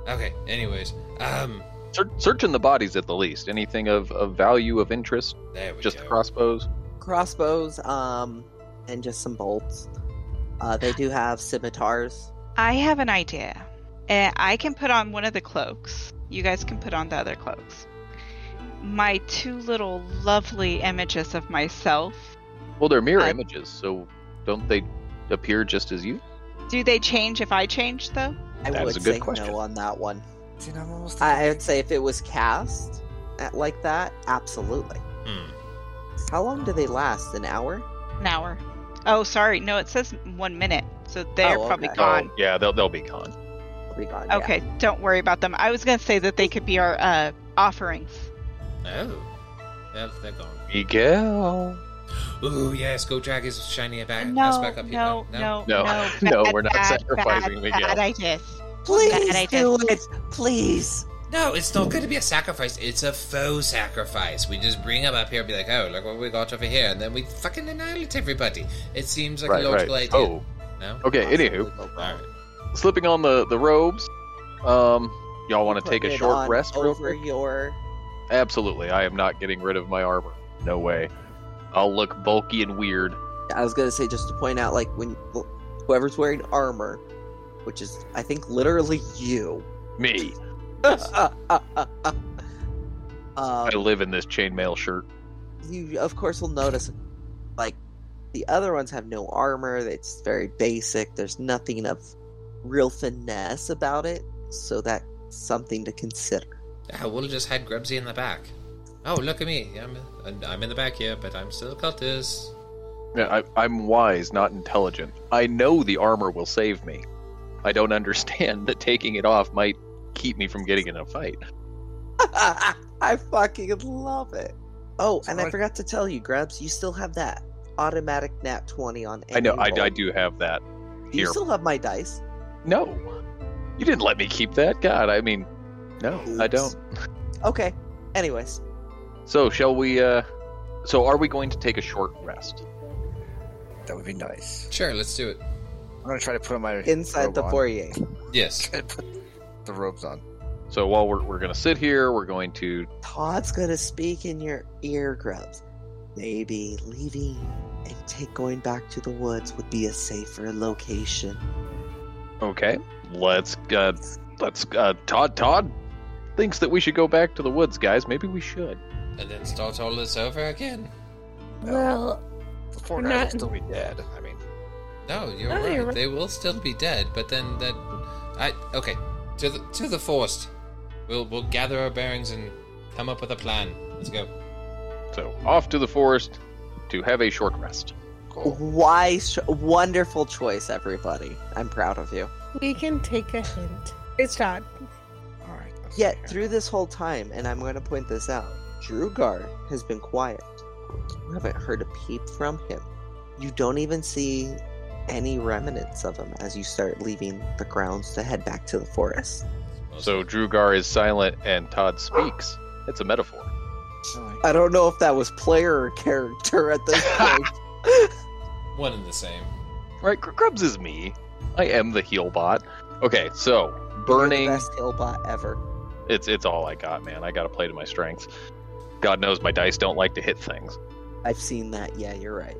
Speaker 3: Okay, anyways, um,
Speaker 5: Search, searching the bodies at the least. Anything of, of value, of interest?
Speaker 3: there we
Speaker 5: Just
Speaker 3: go.
Speaker 5: crossbows.
Speaker 4: Crossbows, um, and just some bolts. Uh, they do have scimitars.
Speaker 7: I have an idea. Uh, I can put on one of the cloaks. You guys can put on the other cloaks. My two little lovely images of myself.
Speaker 5: Well, they're mirror
Speaker 7: I-
Speaker 5: images, so don't they appear just as you?
Speaker 7: Do they change if I change though?
Speaker 4: I
Speaker 5: That is
Speaker 4: would
Speaker 5: a good
Speaker 4: say
Speaker 5: question.
Speaker 4: no on that one.
Speaker 6: See, now I'm almost
Speaker 4: I I would say if it was cast at, like that, absolutely.
Speaker 3: Hmm.
Speaker 4: How long do they last? An hour?
Speaker 7: An hour. Oh, sorry. No, it says one minute. So they're
Speaker 4: Oh,
Speaker 7: probably
Speaker 4: okay.
Speaker 7: gone.
Speaker 5: Oh, yeah, they'll, they'll be gone.
Speaker 4: They'll be gone. yeah.
Speaker 7: Okay, don't worry about them. I was gonna say that they could be our uh, offerings.
Speaker 3: Oh, well, they're gone.
Speaker 5: Miguel.
Speaker 3: Ooh, yes, go drag his shiny back, ass
Speaker 7: no,
Speaker 3: back up here.
Speaker 7: no, no,
Speaker 5: No. No, we're not sacrificing
Speaker 7: bad,
Speaker 5: Miguel.
Speaker 7: Bad ideas. Bad
Speaker 4: Please
Speaker 7: idea.
Speaker 4: do it. Please.
Speaker 3: No, it's not going to be a sacrifice. It's a faux sacrifice. We just bring him up here and be like, oh, look what we got over here. And then we fucking annihilate everybody. It seems like
Speaker 5: Right,
Speaker 3: a
Speaker 5: right.
Speaker 3: logical idea.
Speaker 5: Oh,
Speaker 3: No?
Speaker 5: okay. Anywho,
Speaker 4: Possibly go
Speaker 3: All
Speaker 4: wrong.
Speaker 3: right.
Speaker 5: slipping on the the robes. Um, y'all want to take
Speaker 4: Putting
Speaker 5: a
Speaker 4: it
Speaker 5: short
Speaker 4: on
Speaker 5: rest real
Speaker 4: over
Speaker 5: quick?
Speaker 4: your.
Speaker 5: Absolutely. I am not getting rid of my armor. No way. I'll look bulky and weird.
Speaker 4: I was gonna say just to point out, like when whoever's wearing armor, which is I think literally you.
Speaker 5: Me.
Speaker 4: um,
Speaker 5: I live in this chainmail shirt.
Speaker 4: you of course will notice, like the other ones have no armor. It's very basic. There's nothing of real finesse about it, so that's something to consider.
Speaker 3: Yeah, we'll just hide Grubsy in the back. Oh, look at me. I'm, I'm in the back
Speaker 1: Oh.
Speaker 3: here, but I'm still a cultist.
Speaker 5: Yeah, I, I'm wise, not intelligent. I know the armor will save me. I don't understand that taking it off might keep me from getting in a fight.
Speaker 4: I fucking love it. Oh, and I
Speaker 6: Sorry.
Speaker 4: forgot to tell you, Grubs, you still have that automatic nat twenty on.
Speaker 5: I know.
Speaker 4: any
Speaker 5: I,
Speaker 4: roll.
Speaker 5: I do have that.
Speaker 4: You
Speaker 5: Here.
Speaker 4: still have my dice.
Speaker 5: No, you didn't let me keep that. God, I mean, no, I
Speaker 4: Oops.
Speaker 5: don't.
Speaker 4: Okay. Anyways,
Speaker 5: So shall we? uh So are we going to take a short rest?
Speaker 6: That would be nice.
Speaker 3: Sure, let's do it.
Speaker 6: I'm gonna try to put my
Speaker 4: inside
Speaker 6: robe
Speaker 4: the
Speaker 6: on.
Speaker 4: foyer.
Speaker 3: Yes.
Speaker 6: The robes on.
Speaker 5: So while we're we're gonna sit here, we're going to
Speaker 4: Todd's gonna speak in your ear grubs. Maybe leaving and take going back to the woods would be a safer location.
Speaker 5: okay. Let's uh let's uh Todd Todd thinks that we should go back to the woods, guys. Maybe we should.
Speaker 3: And then start all this over again.
Speaker 8: Well,
Speaker 6: The four
Speaker 8: We're
Speaker 6: guys
Speaker 8: not-
Speaker 6: will still be dead. I mean,
Speaker 3: No, you're,
Speaker 8: No,
Speaker 3: right.
Speaker 8: you're right.
Speaker 3: They will still be dead, but then that. I okay. To the to the forest. We'll we'll gather our bearings and come up with a plan. Let's go.
Speaker 5: So off to the forest to have a short rest.
Speaker 4: Wise, cho- wonderful choice, everybody. I'm proud of you.
Speaker 8: we can take a hint. It's Todd.
Speaker 6: all right. that's
Speaker 4: Yet
Speaker 6: okay.
Speaker 4: through this whole time, and I'm gonna point this out, Drugar has been quiet. You haven't heard a peep from him. You don't even see any remnants of him as you start leaving the grounds to head back to the forest.
Speaker 5: So Drugar is silent and Todd speaks. It's a metaphor.
Speaker 6: Silly.
Speaker 4: I don't know if that was player or character at this point.
Speaker 3: One and the same.
Speaker 5: Right, Gr- Grubs is me. I am the heel bot. Okay, so
Speaker 4: You're the
Speaker 5: burning
Speaker 4: best Hillbot ever.
Speaker 5: it's it's all I got, man. I gotta play to my strengths. God knows my dice don't like to hit things.
Speaker 4: I've seen that. Yeah, you're right.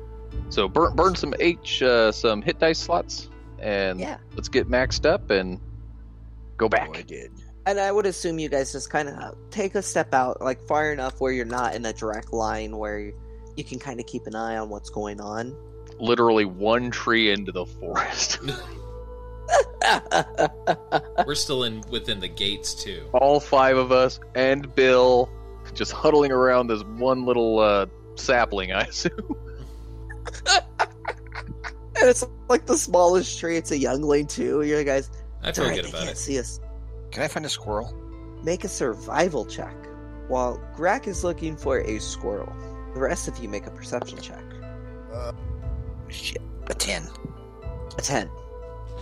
Speaker 5: So burn burn some H uh, some hit dice slots and
Speaker 4: Yeah.
Speaker 5: let's get maxed up and go back.
Speaker 6: Oh, I did.
Speaker 4: And I would assume you guys just kind of take a step out, like far enough where you're not in a direct line where you can kind of keep an eye on what's going on.
Speaker 5: Literally one tree into the forest.
Speaker 3: We're still in within the gates too.
Speaker 5: all five of us and Bill just huddling around this one little uh, sapling, I assume.
Speaker 4: and it's like the smallest tree. It's a youngling too. You guys,
Speaker 3: I
Speaker 4: it's
Speaker 3: feel
Speaker 4: alright.
Speaker 3: good
Speaker 4: They
Speaker 3: about
Speaker 4: can't
Speaker 3: it.
Speaker 4: see us.
Speaker 6: Can I find a squirrel?
Speaker 4: Make a survival check. While Grak is looking for a squirrel, the rest of you make a perception check.
Speaker 6: Uh, Shit. A ten.
Speaker 4: a 10.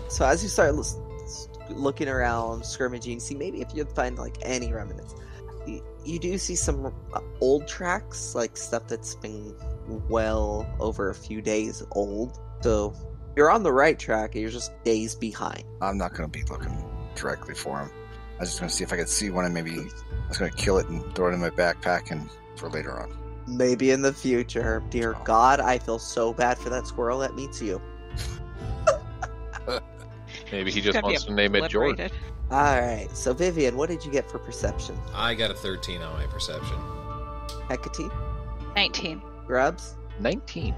Speaker 4: So as you start l- s- looking around, skirmaging, see maybe if you'd find like any remnants. y- you do see some uh, old tracks, like stuff that's been well over a few days old. So you're on the right track, you're just days behind.
Speaker 6: I'm not going to be looking directly for him. I was just going to see if I could see one and maybe I was going to kill it and throw it in my backpack and for later on.
Speaker 4: Maybe in the future. Dear God, I feel so bad for that squirrel that meets you.
Speaker 5: Maybe he
Speaker 7: She's
Speaker 5: just
Speaker 7: gonna be
Speaker 5: wants to name it George.
Speaker 7: obliterated.
Speaker 4: All right, so Vivian, what did you get for perception?
Speaker 1: I got a 13 on my perception.
Speaker 4: Hecate,
Speaker 7: 19.
Speaker 4: Grubs,
Speaker 5: 19.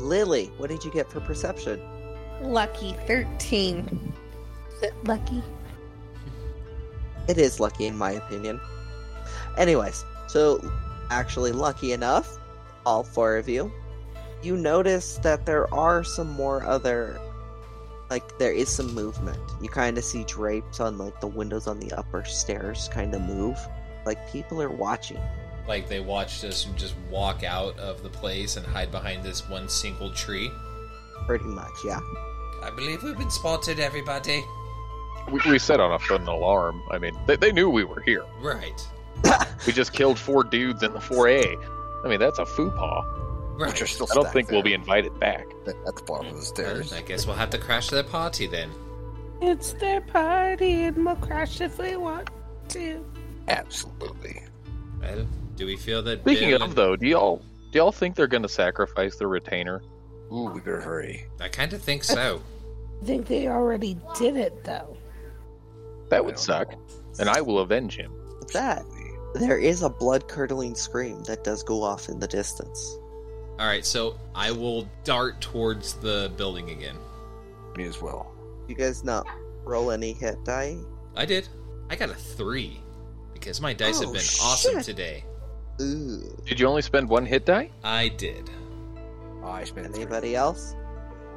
Speaker 4: Lily, what did you get for perception?
Speaker 8: Lucky 13. Is it lucky?
Speaker 4: It is lucky, in my opinion. Anyways, so actually, lucky enough, all four of you, you notice that there are some more other. Like, there is some movement. You kind of see drapes on, like, the windows on the upper stairs kind of move. Like, people are watching.
Speaker 1: Like they watched us just walk out of the place and hide behind this one single tree.
Speaker 4: Pretty much, yeah.
Speaker 3: I believe we've been spotted, everybody.
Speaker 5: We, we set off an alarm. I mean, they, they knew we were here.
Speaker 3: Right.
Speaker 5: We just killed four dudes in the 4A. I mean, that's a faux
Speaker 3: Right.
Speaker 6: Which are still
Speaker 5: I don't
Speaker 6: stacked
Speaker 5: think we'll be
Speaker 6: there
Speaker 5: invited back.
Speaker 6: at the bottom of the
Speaker 1: Well,
Speaker 6: stairs.
Speaker 1: I guess we'll have to crash their party then.
Speaker 8: It's their party and we'll crash if we want to.
Speaker 6: Absolutely.
Speaker 1: Well, do we feel that?
Speaker 5: Speaking
Speaker 1: Bill
Speaker 5: of,
Speaker 1: and-
Speaker 5: though, do y'all do y'all think they're going to sacrifice the retainer?
Speaker 6: Ooh, we better hurry.
Speaker 1: I kind of think so.
Speaker 8: I think they already did it though.
Speaker 5: That would suck. And I will avenge him.
Speaker 4: With that, there is a blood curdling scream that does go off in the distance.
Speaker 1: All right, so I will dart towards the building again.
Speaker 6: Me as well.
Speaker 4: You guys not roll any hit die?
Speaker 1: I did. I got a three because my dice have
Speaker 4: Oh,
Speaker 1: been awesome
Speaker 4: shit.
Speaker 1: today.
Speaker 4: Ooh.
Speaker 5: Did you only spend one hit die?
Speaker 1: I did.
Speaker 6: Oh, I spent three.
Speaker 4: Anybody else?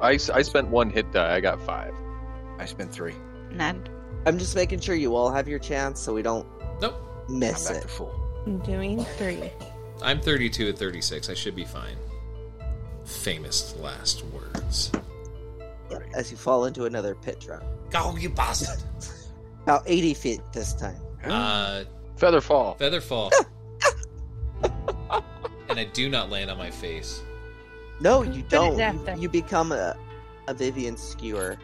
Speaker 5: I, s- I spent one hit die. I got five.
Speaker 6: I spent three.
Speaker 7: None.
Speaker 4: I'm just making sure you all have your chance so we don't
Speaker 1: Nope.
Speaker 4: miss
Speaker 6: I'm back
Speaker 4: it.
Speaker 6: to full.
Speaker 8: I'm doing three.
Speaker 1: I'm 32 at 36. I should be fine. Famous last words.
Speaker 4: Yep, as you fall into another pit trap.
Speaker 3: Go, you bastard.
Speaker 4: About 80 feet this time.
Speaker 1: Uh,
Speaker 5: Feather fall.
Speaker 1: Featherfall. and I do not land on my face.
Speaker 4: No, you don't.
Speaker 8: death
Speaker 4: You,
Speaker 8: then.
Speaker 4: you become a, a Vivian skewer.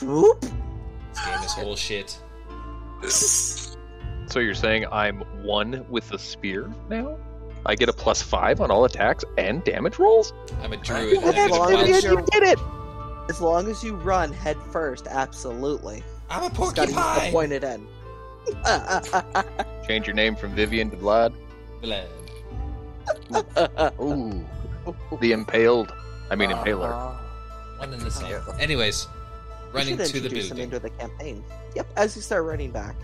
Speaker 4: Whoop!
Speaker 1: Damn this whole shit.
Speaker 5: So you're saying I'm one with the spear now? I get a plus five on all attacks and damage rolls?
Speaker 1: I'm a druid. and I
Speaker 4: As
Speaker 1: get a
Speaker 4: long
Speaker 1: wild
Speaker 4: as
Speaker 1: shit.
Speaker 4: you did it! As long as you run head first, absolutely.
Speaker 3: I'm a
Speaker 4: Just gotta use the
Speaker 3: porcupine.
Speaker 4: pointed end.
Speaker 5: Change your name from Vivian to Vlad.
Speaker 1: Blah.
Speaker 5: Ooh. The impaled. I mean, impaler.
Speaker 1: Uh-huh.
Speaker 4: Ah.
Speaker 1: One in the same.
Speaker 6: Yeah.
Speaker 1: Anyways, running
Speaker 4: you should
Speaker 1: to the
Speaker 4: Oh, introduce them
Speaker 1: building.
Speaker 4: into the campaign. Yep, as you start running back,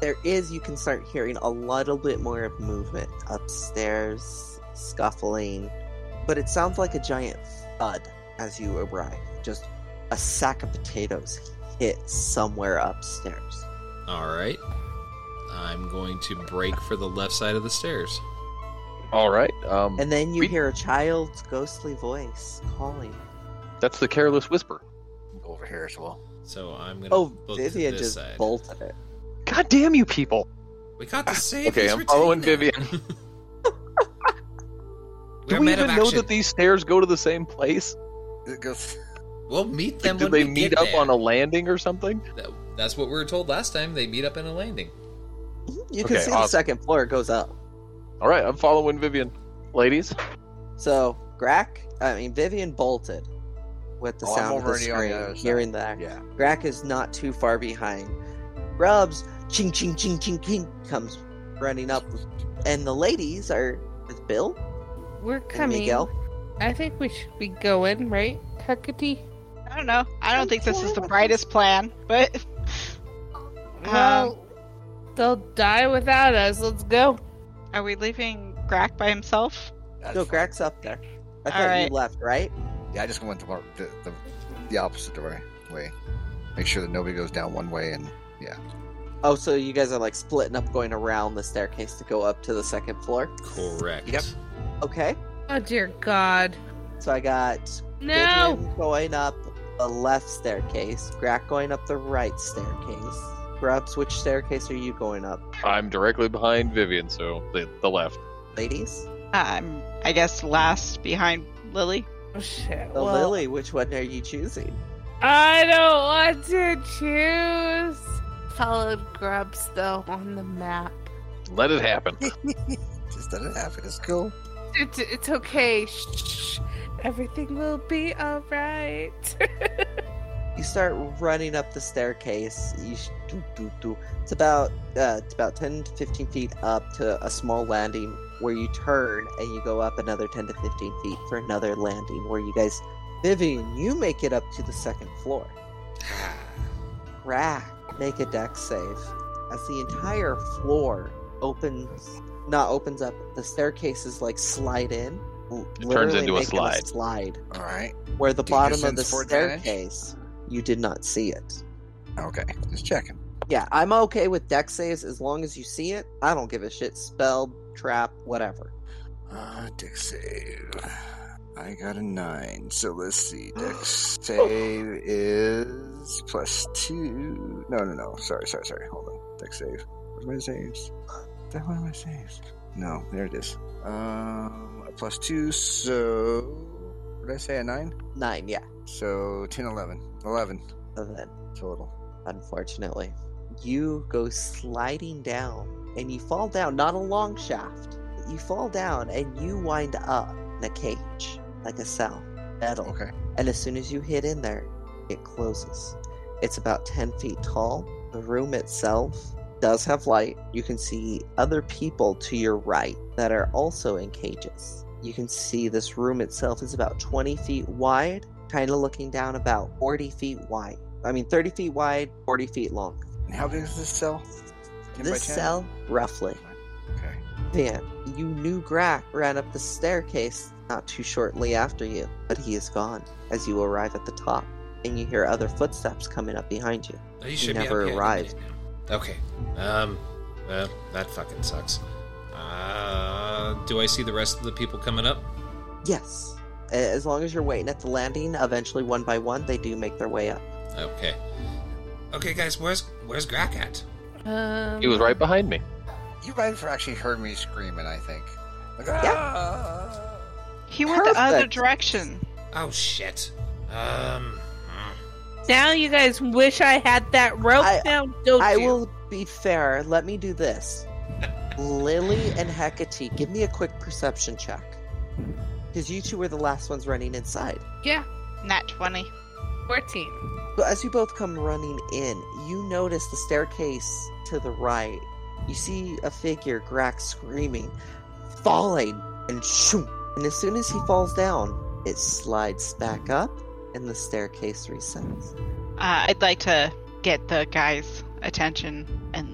Speaker 4: there is you can start hearing a little bit more of movement upstairs, scuffling, but it sounds like a giant thud as you arrive. Just a sack of potatoes hit somewhere upstairs.
Speaker 1: All right. I'm going to break for the left side of the stairs.
Speaker 5: All right. Um,
Speaker 4: And then you
Speaker 5: We-
Speaker 4: hear a child's ghostly voice calling.
Speaker 5: that's the careless whisper.
Speaker 6: Go over here as well.
Speaker 1: So I'm gonna.
Speaker 4: Oh,
Speaker 1: bolt to
Speaker 4: Vivian
Speaker 1: this
Speaker 4: just
Speaker 1: side.
Speaker 4: bolted it.
Speaker 5: God damn you people!
Speaker 1: We got to save.
Speaker 5: Okay,
Speaker 1: his
Speaker 5: I'm following
Speaker 1: retainer.
Speaker 5: Vivian.
Speaker 1: We're
Speaker 5: Do we
Speaker 1: men of
Speaker 5: even know
Speaker 1: action.
Speaker 5: that these stairs go to the same place?
Speaker 6: It goes.
Speaker 1: We'll meet them
Speaker 5: Like,
Speaker 1: when
Speaker 5: did they
Speaker 1: we
Speaker 5: meet
Speaker 1: get
Speaker 5: up
Speaker 1: there.
Speaker 5: on a landing or something?
Speaker 1: That- That's what we were told last time. They meet up in a landing.
Speaker 4: You can
Speaker 5: Okay,
Speaker 4: see the
Speaker 5: awesome.
Speaker 4: second floor goes up.
Speaker 5: All right, I'm following Vivian. Ladies,
Speaker 4: So Grack, I mean Vivian bolted with the
Speaker 6: Oh, I'm
Speaker 4: sound of the
Speaker 6: already on the
Speaker 4: scream,
Speaker 6: other side.
Speaker 4: hearing that.
Speaker 6: Yeah.
Speaker 4: Grack is not too far behind. Grubs, ching ching ching ching ching, comes running up, and the ladies are with Bill
Speaker 8: We're
Speaker 4: and
Speaker 8: coming.
Speaker 4: Miguel.
Speaker 8: I think we should be going, right? Hecate?
Speaker 7: I don't know. I don't think this is the brightest plan, but um,
Speaker 8: Well, they'll die without us. Let's go.
Speaker 7: are we leaving Grack by himself?
Speaker 6: That's
Speaker 4: No,
Speaker 6: fine.
Speaker 4: Grack's up there. I thought
Speaker 7: Alright.
Speaker 4: you left, right?
Speaker 6: Yeah, I just went the, the, the, the opposite way. way. Make sure that nobody goes down one way and
Speaker 4: Oh, so you guys are like splitting up, going around the staircase to go up to the second floor.
Speaker 1: Correct.
Speaker 6: Yep.
Speaker 4: Okay,
Speaker 8: Oh dear God.
Speaker 4: so I got
Speaker 8: No!
Speaker 4: Vivian going up the left staircase, Grack going up the right staircase, Grubs, which staircase are you going up?
Speaker 5: I'm directly behind Vivian, so the, the left.
Speaker 4: Ladies?
Speaker 7: Um, I guess last behind Lily.
Speaker 8: Oh, shit.
Speaker 4: The
Speaker 8: well,
Speaker 4: Lily, which one are you choosing?
Speaker 8: I don't want to choose. Followed Grubs, though, on the map.
Speaker 5: Let it happen.
Speaker 6: Just doesn't happen. It's cool.
Speaker 8: It's, it's okay. Shh, shh. Everything will be alright.
Speaker 4: You start running up the staircase. You sh- do, do, do. It's about uh, it's about ten to fifteen feet up to a small landing where you turn and you go up another ten to fifteen feet for another landing where you guys, Vivian, you make it up to the second floor. Rack, make a deck save as the entire floor opens. Not opens up. The staircases like slide in. l-
Speaker 5: It turns
Speaker 4: literally
Speaker 5: into a
Speaker 4: making
Speaker 5: slide.
Speaker 4: slide
Speaker 6: All right.
Speaker 4: where the
Speaker 6: Do you
Speaker 4: bottom of
Speaker 6: sense
Speaker 4: the
Speaker 6: for advantage?
Speaker 4: staircase you did not see it
Speaker 6: Okay. Just checking.
Speaker 4: yeah i'm okay with deck saves as long as you see it i don't give a shit spell trap whatever
Speaker 6: Uh, deck save. I got a nine. So let's see. Deck
Speaker 4: Oh.
Speaker 6: save is plus two. No, no, no. Sorry, sorry, sorry. Hold on. Deck save. Where's my saves? That one of my saves. No, there it is. Um, a plus two. So what did I say? A nine.
Speaker 4: nine yeah
Speaker 6: So 10, 11. 11
Speaker 4: and then
Speaker 6: total.
Speaker 4: unfortunately you go sliding down and you fall down not a long shaft but you fall down and you wind up in a cage like a cell metal
Speaker 6: Okay.
Speaker 4: and as soon as you hit in there, it closes. It's about 10 feet tall. The room itself does have light. You can see other people to your right that are also in cages. You can see this room itself is about 20 feet wide, kind of looking down about 40 feet wide. I mean, 30 feet wide, 40 feet long.
Speaker 6: And how big is this cell? Ten by
Speaker 4: This
Speaker 6: 10?
Speaker 4: cell, roughly.
Speaker 6: Okay.
Speaker 4: Van, you knew Grak ran up the staircase not too shortly after you, but he is gone as you arrive at the top and you hear other footsteps coming up behind you.
Speaker 3: He Oh, should
Speaker 4: never
Speaker 3: be up here any
Speaker 4: arrived.
Speaker 3: minute now. Okay. Um. Well, that fucking sucks. Uh, do I see the rest of the people coming up?
Speaker 4: Yes. A- As long as you're waiting at the landing, eventually one by one they do make their way up.
Speaker 3: Okay. Okay, guys. Where's Where's Grack at?
Speaker 8: Um,
Speaker 5: He was right behind me.
Speaker 6: You might have actually heard me screaming, I think. Like,
Speaker 4: Yeah.
Speaker 6: "Ah!"
Speaker 7: He went the other
Speaker 4: Perfect.
Speaker 7: direction.
Speaker 3: Oh shit. Um.
Speaker 8: Now you guys wish I had that rope
Speaker 4: I-
Speaker 8: now, don't
Speaker 4: I
Speaker 8: you?
Speaker 4: will be fair, let me do this. Lily and Hecate, give me a quick perception check. Because you two were the last ones running inside.
Speaker 8: Yeah,
Speaker 7: Nat 20.
Speaker 8: 14.
Speaker 4: But as you both come running in, you notice the staircase to the right. You see a figure, Grax, screaming, falling, and shoom. And as soon as he falls down, it slides back up, and the staircase resets.
Speaker 7: Uh, I'd like to get the guy's attention and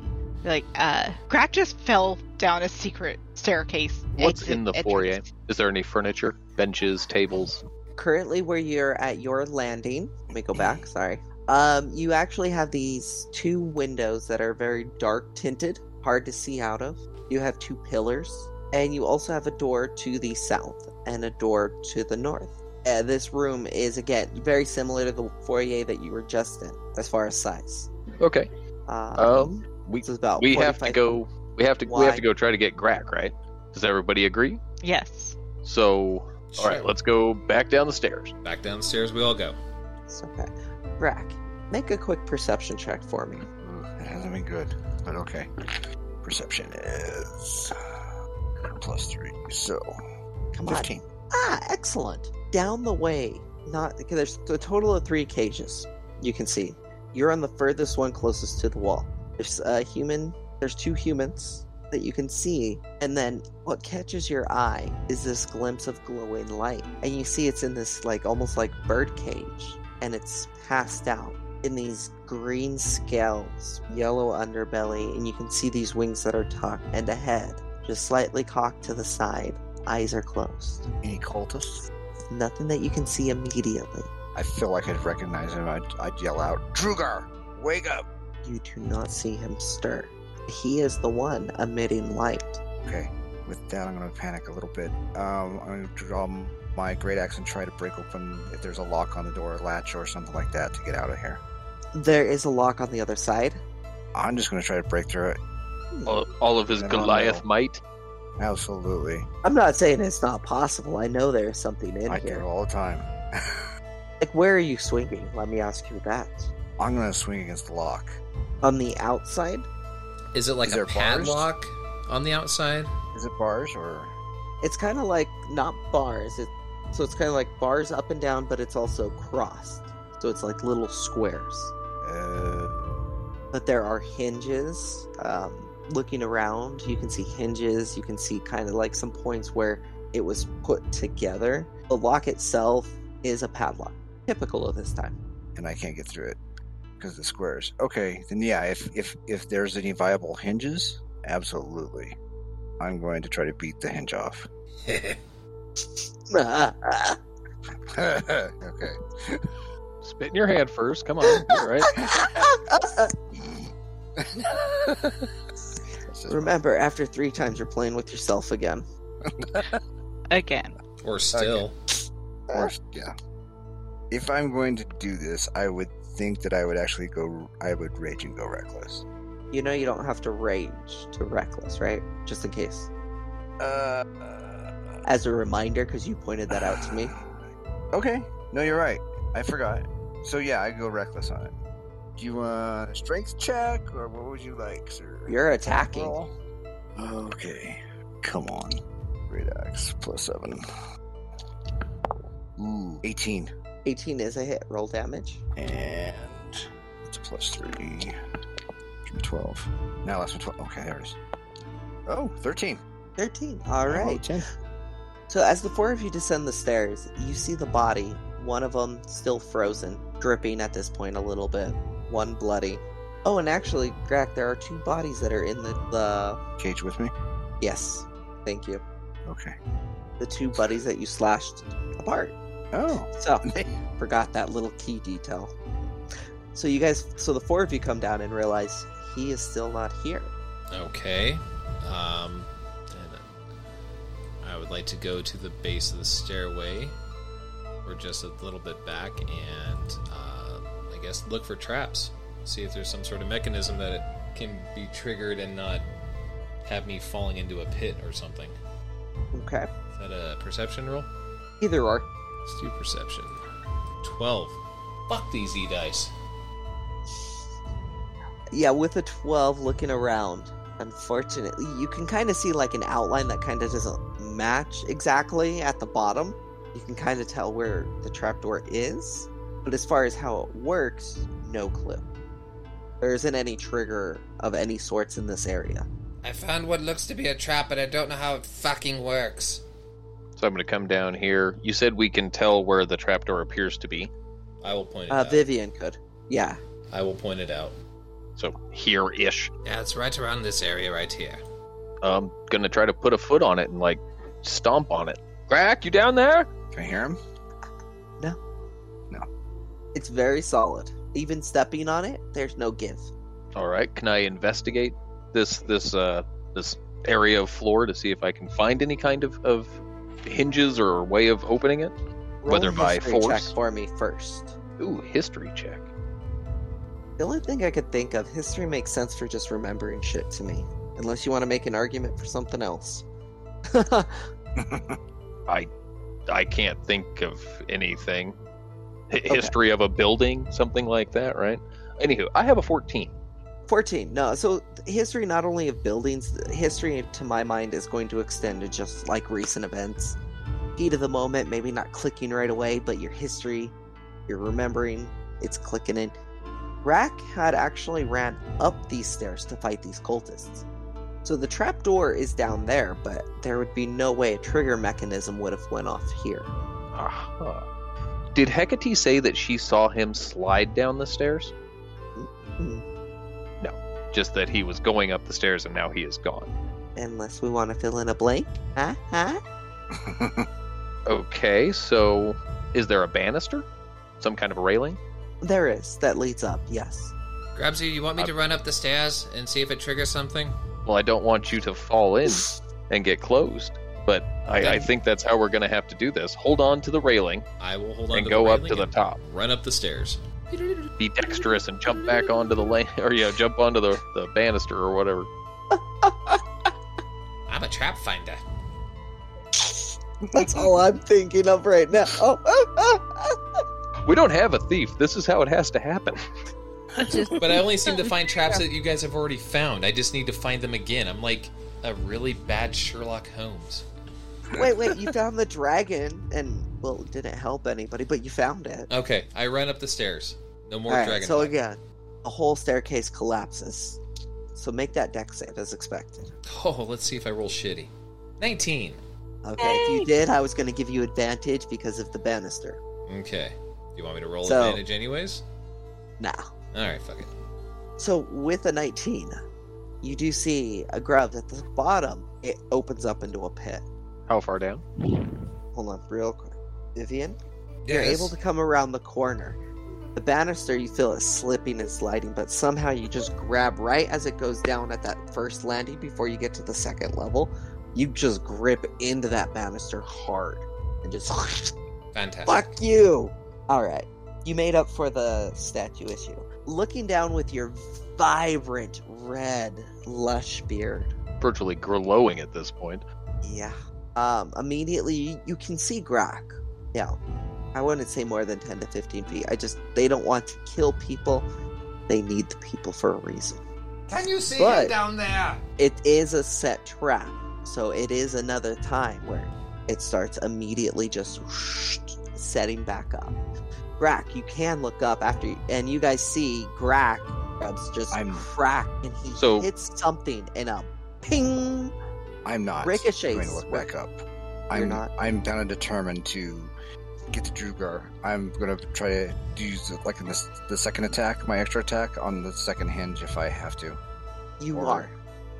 Speaker 7: be like, uh, Crack just fell down a secret staircase.
Speaker 5: What's
Speaker 7: exit
Speaker 5: in the
Speaker 7: entrance.
Speaker 5: foyer? Is there any furniture? Benches, tables?
Speaker 4: Currently, where you're at your landing, let me go
Speaker 5: Mm-hmm.
Speaker 4: back, sorry. Um, you actually have these two windows that are very dark tinted, hard to see out of. You have two pillars, and you also have a door to the south and a door to the north. Uh, this room is again very similar to the foyer that you were just in, as far as size.
Speaker 5: Okay.
Speaker 4: Um,
Speaker 6: Uh,
Speaker 5: Um, we
Speaker 4: this is about
Speaker 5: we have to
Speaker 4: 45
Speaker 5: go. We have to we have
Speaker 4: Why?
Speaker 5: to go try to get Grack, right? Does everybody agree?
Speaker 7: Yes.
Speaker 5: So, all right,
Speaker 3: Sure.
Speaker 5: let's go back down the stairs.
Speaker 3: Back downstairs we all go.
Speaker 4: It's okay. Rack, make a quick perception check for me.
Speaker 6: Ooh, It hasn't been good, but okay. Perception is uh, plus three, so
Speaker 4: Come on.
Speaker 6: fifteen.
Speaker 4: Ah, excellent. Down the way, not okay, there's a total of three cages. You can see you're on the furthest one closest to the wall. There's a human. There's two humans that you can see, and then what catches your eye is this glimpse of glowing light, and you see it's in this like almost like bird cage, and it's passed out in these green scales, yellow underbelly, and you can see these wings that are tucked and a head just slightly cocked to the side. Eyes are closed
Speaker 6: Any cultists?
Speaker 4: nothing that you can see immediately.
Speaker 6: I feel like I'd recognize him. I'd, I'd yell out, "Drugar, wake up!"
Speaker 4: You do not see him stir. He is the one emitting light.
Speaker 6: Okay. With that, I'm gonna panic a little bit. Um, I'm gonna draw m- my great axe and try to break open if there's a lock on the door, a latch, or something like that to get out of here.
Speaker 4: There is a lock on the other side. Hmm.
Speaker 6: I'm just going to try to break through it.
Speaker 5: All, all of his
Speaker 6: I don't
Speaker 5: Goliath
Speaker 6: know.
Speaker 5: might.
Speaker 6: Absolutely.
Speaker 4: I'm not saying it's not possible. I know there's something in
Speaker 6: I do it
Speaker 4: here.
Speaker 6: all the time.
Speaker 4: Like, where are you swinging? Let me ask you that.
Speaker 6: I'm going to swing against the lock.
Speaker 4: On the outside?
Speaker 1: Is it like
Speaker 6: Is
Speaker 1: a
Speaker 6: there bars?
Speaker 1: padlock on the outside?
Speaker 6: Is it bars or.
Speaker 4: It's kind of like not bars. It, so it's kind of like bars up and down, but it's also crossed. So it's like little squares.
Speaker 6: Uh,
Speaker 4: But there are hinges. Um, looking around, you can see hinges. You can see kind of like some points where it was put together. The lock itself is a padlock, typical of this time.
Speaker 6: and I can't get through it because the squares. Okay, then yeah, if if if there's any viable hinges, absolutely, I'm going to try to beat the hinge off. okay.
Speaker 5: Spit in your hand first. Come on. All right.
Speaker 6: This is-
Speaker 4: Remember, after three times, you're playing with yourself again.
Speaker 7: Again.
Speaker 1: Or still?
Speaker 6: or- yeah. If I'm going to do this, I would think that I would actually go. I would rage and go reckless.
Speaker 4: You know you don't have to rage to reckless, right? Just in case.
Speaker 6: Uh,
Speaker 4: As a reminder, because you pointed that out to me.
Speaker 6: Okay. No, you're right. I forgot. So yeah, I go reckless on it. Do you want a strength check, or what would you like, sir?
Speaker 4: You're attacking.
Speaker 6: roll. Okay. Come on. Redax plus seven. Ooh, 18.
Speaker 4: 18 is a hit. Roll damage.
Speaker 6: And it's a plus three. 12. Now that's a 12. Okay, there it is. Oh, 13.
Speaker 4: 13. All right.
Speaker 6: Oh,
Speaker 4: So as the four of you descend the stairs, you see the body. One of them still frozen, dripping at this point a little bit. One bloody. Oh, and actually, Drac, there are two bodies that are in the, the
Speaker 6: Cage with me?
Speaker 4: Yes. Thank you.
Speaker 6: Okay.
Speaker 4: The two buddies that you slashed apart.
Speaker 6: Oh.
Speaker 4: So, forgot that little key detail. So, you guys, so the four of you come down and realize he is still not here.
Speaker 1: Okay. Um, and I would like to go to the base of the stairway, or just a little bit back, and uh, I guess look for traps. See if there's some sort of mechanism that it can be triggered and not have me falling into a pit or something.
Speaker 4: Okay.
Speaker 1: Is that a perception roll?
Speaker 4: Either or.
Speaker 1: Let's do perception. 12. Fuck these E dice.
Speaker 4: Yeah, with a 12 looking around, unfortunately, you can kind of see like an outline that kind of doesn't match exactly at the bottom. You can kind of tell where the trapdoor is, but as far as how it works, no clue. There isn't any trigger of any sorts in this area.
Speaker 3: I found what looks to be a trap, but I don't know how it fucking works.
Speaker 5: So I'm going to come down here. You said we can tell where the trapdoor appears to be.
Speaker 1: I will point it
Speaker 4: Uh,
Speaker 1: out.
Speaker 4: Vivian could. Yeah.
Speaker 1: I will point it out.
Speaker 5: So here ish.
Speaker 3: Yeah, it's right around this area right here.
Speaker 5: I'm going to Um, try to put a foot on it and like stomp on it. Crack, you down there?
Speaker 6: Can I hear him?
Speaker 4: It's very solid. Even stepping on it, there's no give.
Speaker 5: All right. Can I investigate this this uh this area of floor to see if I can find any kind of of hinges or way of opening it?
Speaker 4: Roll
Speaker 5: Whether by
Speaker 4: history check
Speaker 5: force?
Speaker 4: for me first.
Speaker 5: Ooh, history check.
Speaker 4: The only thing I could think of, history makes sense for just remembering shit to me. Unless you want to make an argument for something else.
Speaker 5: I can't think of anything. H- History of a building, something like that, right? Anywho, I have a 14.
Speaker 4: 14. No, so history not only of buildings, history to my mind is going to extend to just like recent events. Heat of the moment, maybe not clicking right away, but your history, you're remembering, it's clicking in. Rack had actually ran up these stairs to fight these cultists. So the trapdoor is down there, but there would be no way a trigger mechanism would have went off here.
Speaker 5: Aha. Did Hecate say that she saw him slide down the stairs?
Speaker 4: Mm.
Speaker 5: No, just that he was going up the stairs and now he is gone.
Speaker 4: Unless we want to fill in a blank. Uh-huh. Huh? Huh?
Speaker 5: Okay, so is there a banister? Some kind of railing?
Speaker 4: There is. That leads up, yes.
Speaker 3: Grubsy, you want me to run up the stairs and see if it triggers something?
Speaker 5: Well, I don't want you to fall in and get closed, but I, I think that's how we're going to have to do this. Hold on to the railing
Speaker 1: I will hold on
Speaker 5: and
Speaker 1: to
Speaker 5: go
Speaker 1: the
Speaker 5: up
Speaker 1: railing
Speaker 5: to the
Speaker 1: and
Speaker 5: top.
Speaker 1: Run up the stairs.
Speaker 5: be dexterous and jump back onto the lane, or yeah, jump onto the, the banister or whatever.
Speaker 3: I'm a trap finder.
Speaker 4: That's all I'm thinking of right now. Oh,
Speaker 5: We don't have a thief. This is how it has to happen.
Speaker 1: But I only seem to find traps that you guys have already found. I just need to find them again. I'm like a really bad Sherlock Holmes.
Speaker 4: wait, wait, you found the dragon, and well, it didn't help anybody, but you found it.
Speaker 1: Okay, I run up the stairs. No more
Speaker 4: Alright,
Speaker 1: dragon.
Speaker 4: so
Speaker 1: blood.
Speaker 4: again, a whole staircase collapses. So make that deck save as expected.
Speaker 1: Oh, let's see if I roll shitty. 19.
Speaker 4: Okay, if you did, I was going to give you advantage because of the banister.
Speaker 1: Okay. Do you want me to roll
Speaker 4: So-
Speaker 1: advantage anyways?
Speaker 4: Nah.
Speaker 1: All right, fuck it.
Speaker 4: So with a 19, you do see a grub at the bottom. It opens up into a pit.
Speaker 5: How far down?
Speaker 4: Hold on, real quick. Vivian,
Speaker 3: Yes.
Speaker 4: you're able to come around the corner. The banister, you feel it slipping and sliding, but somehow you just grab right as it goes down at that first landing before you get to the second level. You just grip into that banister hard and just
Speaker 1: Fantastic.
Speaker 4: Fuck you! Alright. You made up for the statue issue. Looking down with your vibrant red lush beard.
Speaker 5: Virtually glowing at this point.
Speaker 4: Yeah. Um, immediately you, you can see Grok. Yeah. I wouldn't say more than ten to fifteen feet. I just they don't want to kill people. They need the people for a reason.
Speaker 3: Can you see
Speaker 4: But-
Speaker 3: down there?
Speaker 4: It is a set trap, so it is another time where it starts immediately just whoosh, setting back up. Grack, you can look up after, and you guys see Grack grabs just
Speaker 6: I'm-
Speaker 4: crack, and he
Speaker 5: So-
Speaker 4: hits something, and a ping.
Speaker 6: I'm not
Speaker 4: Ricochets
Speaker 6: going to look
Speaker 4: were-
Speaker 6: back up.
Speaker 4: You're
Speaker 6: I'm
Speaker 4: not.
Speaker 6: I'm down and determined to get to Drugar. I'm gonna try to use like in this the second attack, my extra attack on the second hinge if I have to.
Speaker 4: You
Speaker 6: Or-
Speaker 4: are.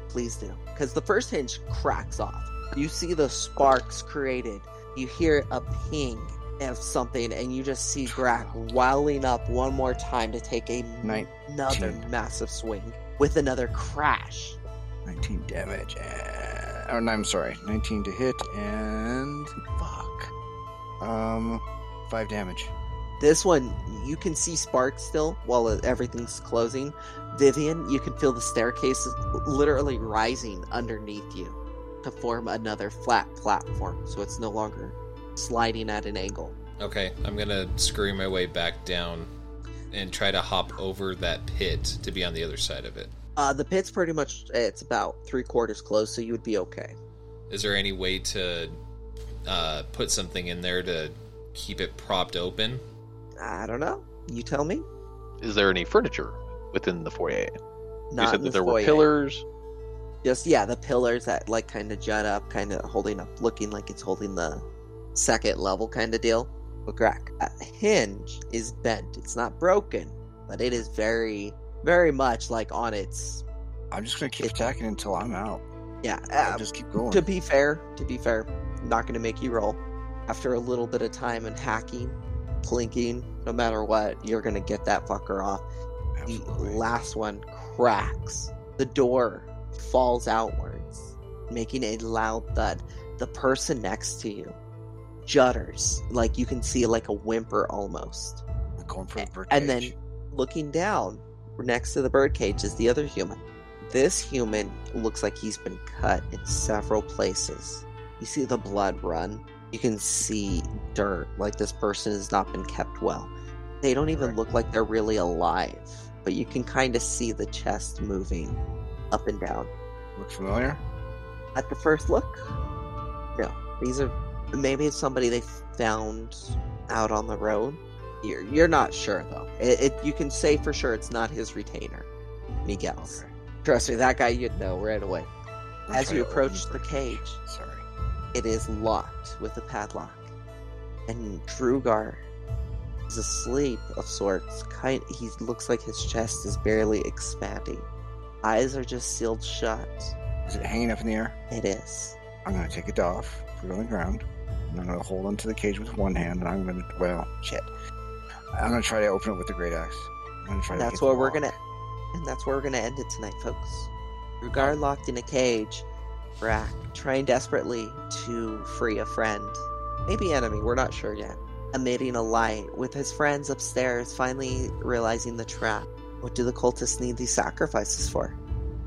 Speaker 4: Please do, because the first hinge cracks off. You see the sparks created. You hear a ping of something, and you just see Grack wilding up one more time to take a
Speaker 6: Nine,
Speaker 4: another
Speaker 6: Ten.
Speaker 4: massive swing with another crash.
Speaker 6: 19 damage. And, or no, I'm sorry, 19 to hit and fuck. Um, five damage.
Speaker 4: This one, you can see sparks still while everything's closing. Vivian, you can feel the staircase literally rising underneath you to form another flat platform, so it's no longer sliding at an angle.
Speaker 1: Okay, I'm gonna scurry my way back down and try to hop over that pit to be on the other side of it.
Speaker 4: Uh, the pit's pretty much it's about three quarters closed, so you would be okay.
Speaker 1: Is there any way to uh, put something in there to keep it propped open?
Speaker 4: I don't know. You tell me.
Speaker 5: Is there any furniture within the foyer?
Speaker 4: Not
Speaker 5: you
Speaker 4: in
Speaker 5: said
Speaker 4: the
Speaker 5: that there were
Speaker 4: foyer.
Speaker 5: pillars.
Speaker 4: just yeah the pillars that like kind of jut up kind of holding up looking like it's holding the second level kind of deal but crack a hinge is bent it's not broken but it is very very much like on its
Speaker 6: I'm just gonna keep attacking until I'm out.
Speaker 4: yeah
Speaker 6: I'll
Speaker 4: uh,
Speaker 6: just keep going.
Speaker 4: to be fair to be fair not gonna make you roll after a little bit of time and hacking clinking no matter what you're gonna get that fucker off the
Speaker 6: Absolutely.
Speaker 4: last one cracks. The door falls outwards, making a loud thud. The person next to you judders, like you can see like a whimper almost.
Speaker 6: I'm going for the
Speaker 4: And then
Speaker 6: birdcage.
Speaker 4: looking down next to the birdcage is the other human. This human looks like he's been cut in several places. You see the blood run. You can see dirt, like this person has not been kept well. They don't even look like they're really alive, but you can kind of see the chest moving up and down.
Speaker 6: look familiar.
Speaker 4: At the first look, no. These are maybe it's somebody they found out on the road. You're, you're not sure though. It, it, you can say for sure it's not his retainer, Miguel's. Trust me, that guy you'd know right away.
Speaker 6: We're
Speaker 4: As
Speaker 6: trying
Speaker 4: you
Speaker 6: to
Speaker 4: approach
Speaker 6: open
Speaker 4: the
Speaker 6: birdcage.
Speaker 4: cage.
Speaker 6: Sorry.
Speaker 4: It is locked with a padlock. And Drugar is asleep of sorts. Kind he looks like his chest is barely expanding. Eyes are just sealed shut.
Speaker 6: Is it hanging up in the air?
Speaker 4: It is.
Speaker 6: I'm gonna take it off, put it on the ground, and I'm gonna hold onto the cage with one hand, and I'm gonna well, shit. I'm gonna try to open it with the great axe. I'm gonna try. to
Speaker 4: That's
Speaker 6: get
Speaker 4: where
Speaker 6: the
Speaker 4: we're
Speaker 6: lock.
Speaker 4: gonna and that's where we're gonna end it tonight, folks. Drugar locked in a cage. Rack trying desperately to free a friend. Maybe enemy, we're not sure yet. emitting a light, with his friends upstairs finally realizing the trap. What do the cultists need these sacrifices for?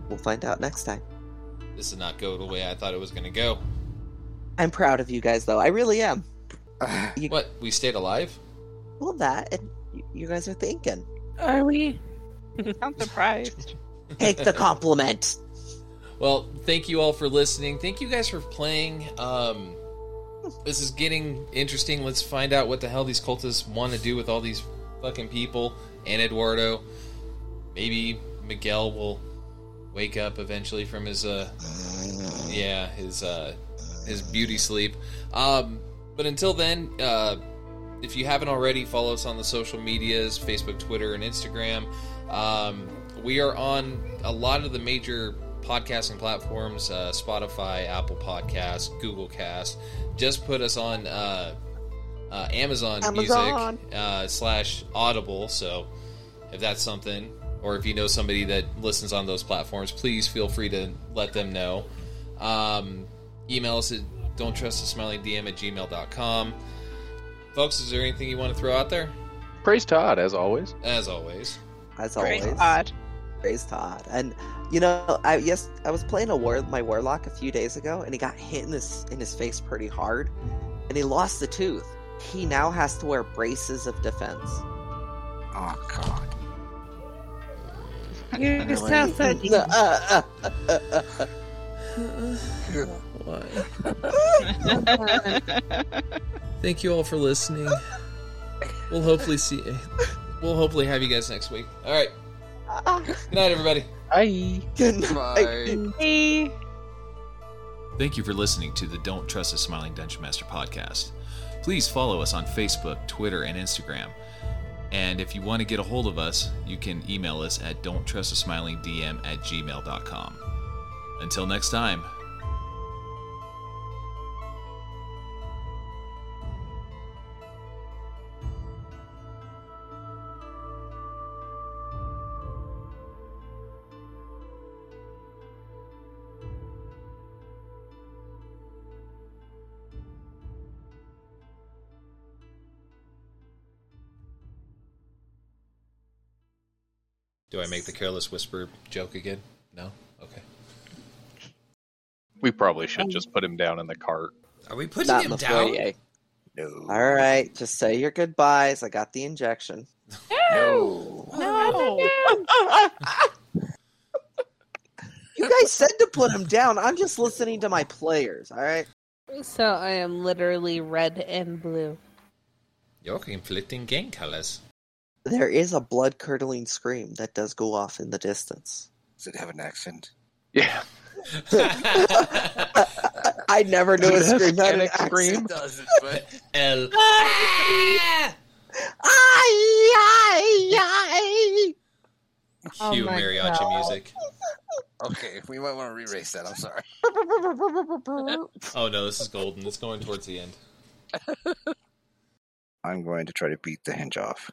Speaker 4: We'll find out next time.
Speaker 1: This did not go the way I thought it was going to go.
Speaker 4: I'm proud of you guys, though. I really am. You-
Speaker 1: What? We stayed alive?
Speaker 4: Well, that, and y- you guys are thinking.
Speaker 8: Are we?
Speaker 7: I'm surprised.
Speaker 4: Take the compliment.
Speaker 1: Well, thank you all for listening. Thank you guys for playing. Um, this is getting interesting. Let's find out what the hell these cultists want to do with all these fucking people and Eduardo. Maybe Miguel will wake up eventually from his uh yeah, his uh his beauty sleep. Um, but until then, uh if you haven't already, follow us on the social medias Facebook, Twitter, and Instagram. Um, we are on a lot of the major podcasting platforms uh, Spotify, Apple Podcasts, Google Cast. Just put us on uh, uh, Amazon,
Speaker 4: Amazon.
Speaker 1: Music uh, slash Audible. So if that's something, or if you know somebody that listens on those platforms, please feel free to let them know. Um, email us at don't trust a smiling DM at gmail.com. Folks, is there anything you want to throw out there?
Speaker 5: Praise Todd, as always.
Speaker 1: As always.
Speaker 4: As
Speaker 7: Very
Speaker 4: always.
Speaker 7: odd.
Speaker 4: Praise Todd. And you know, I yes, I was playing a war my warlock a few days ago, and he got hit in his in his face pretty hard, and he lost a tooth. He now has to wear braces of defense.
Speaker 6: Oh god.
Speaker 8: You sound so deep.
Speaker 4: Uh, uh, uh, uh, uh, uh.
Speaker 1: Thank you all for listening. We'll hopefully see we'll hopefully have you guys next week. All right. Good night everybody.
Speaker 5: Bye.
Speaker 4: Good
Speaker 6: Bye.
Speaker 4: night.
Speaker 7: Hey.
Speaker 9: Thank you for listening to the Don't Trust a Smiling Dungeon Master podcast. Please follow us on Facebook, Twitter, and Instagram. And if you want to get a hold of us, you can email us at don'ttrustasmilingdm at gmail.com. Until next time,
Speaker 1: Do I make the careless whisper joke again? No? Okay.
Speaker 5: We probably
Speaker 1: Um,
Speaker 5: should just put him down in the cart.
Speaker 1: Are we putting
Speaker 4: Not in
Speaker 1: him
Speaker 4: the
Speaker 1: down?
Speaker 4: foyer.
Speaker 6: No.
Speaker 4: All right, just say your goodbyes. I got the injection.
Speaker 6: No.
Speaker 8: No.
Speaker 4: Oh. You guys said to put him down. I'm just listening to my players. All right.
Speaker 8: So I am literally red and blue.
Speaker 1: You're conflicting gang colors.
Speaker 4: There is a blood curdling scream that does go off in the distance.
Speaker 6: Does it have an accent?
Speaker 5: Yeah.
Speaker 4: I never knew a
Speaker 5: Yes,
Speaker 4: scream had an
Speaker 5: panic
Speaker 4: accent.
Speaker 5: scream.
Speaker 6: It doesn't, but
Speaker 1: L Ah!
Speaker 4: Ay, ay, ay.
Speaker 8: Oh
Speaker 1: Cue
Speaker 8: my
Speaker 1: mariachi
Speaker 8: God.
Speaker 1: music.
Speaker 6: okay, we might want to erase that. I'm sorry.
Speaker 1: Oh no, this is golden. It's going towards the end.
Speaker 6: I'm going to try to beat the hinge off.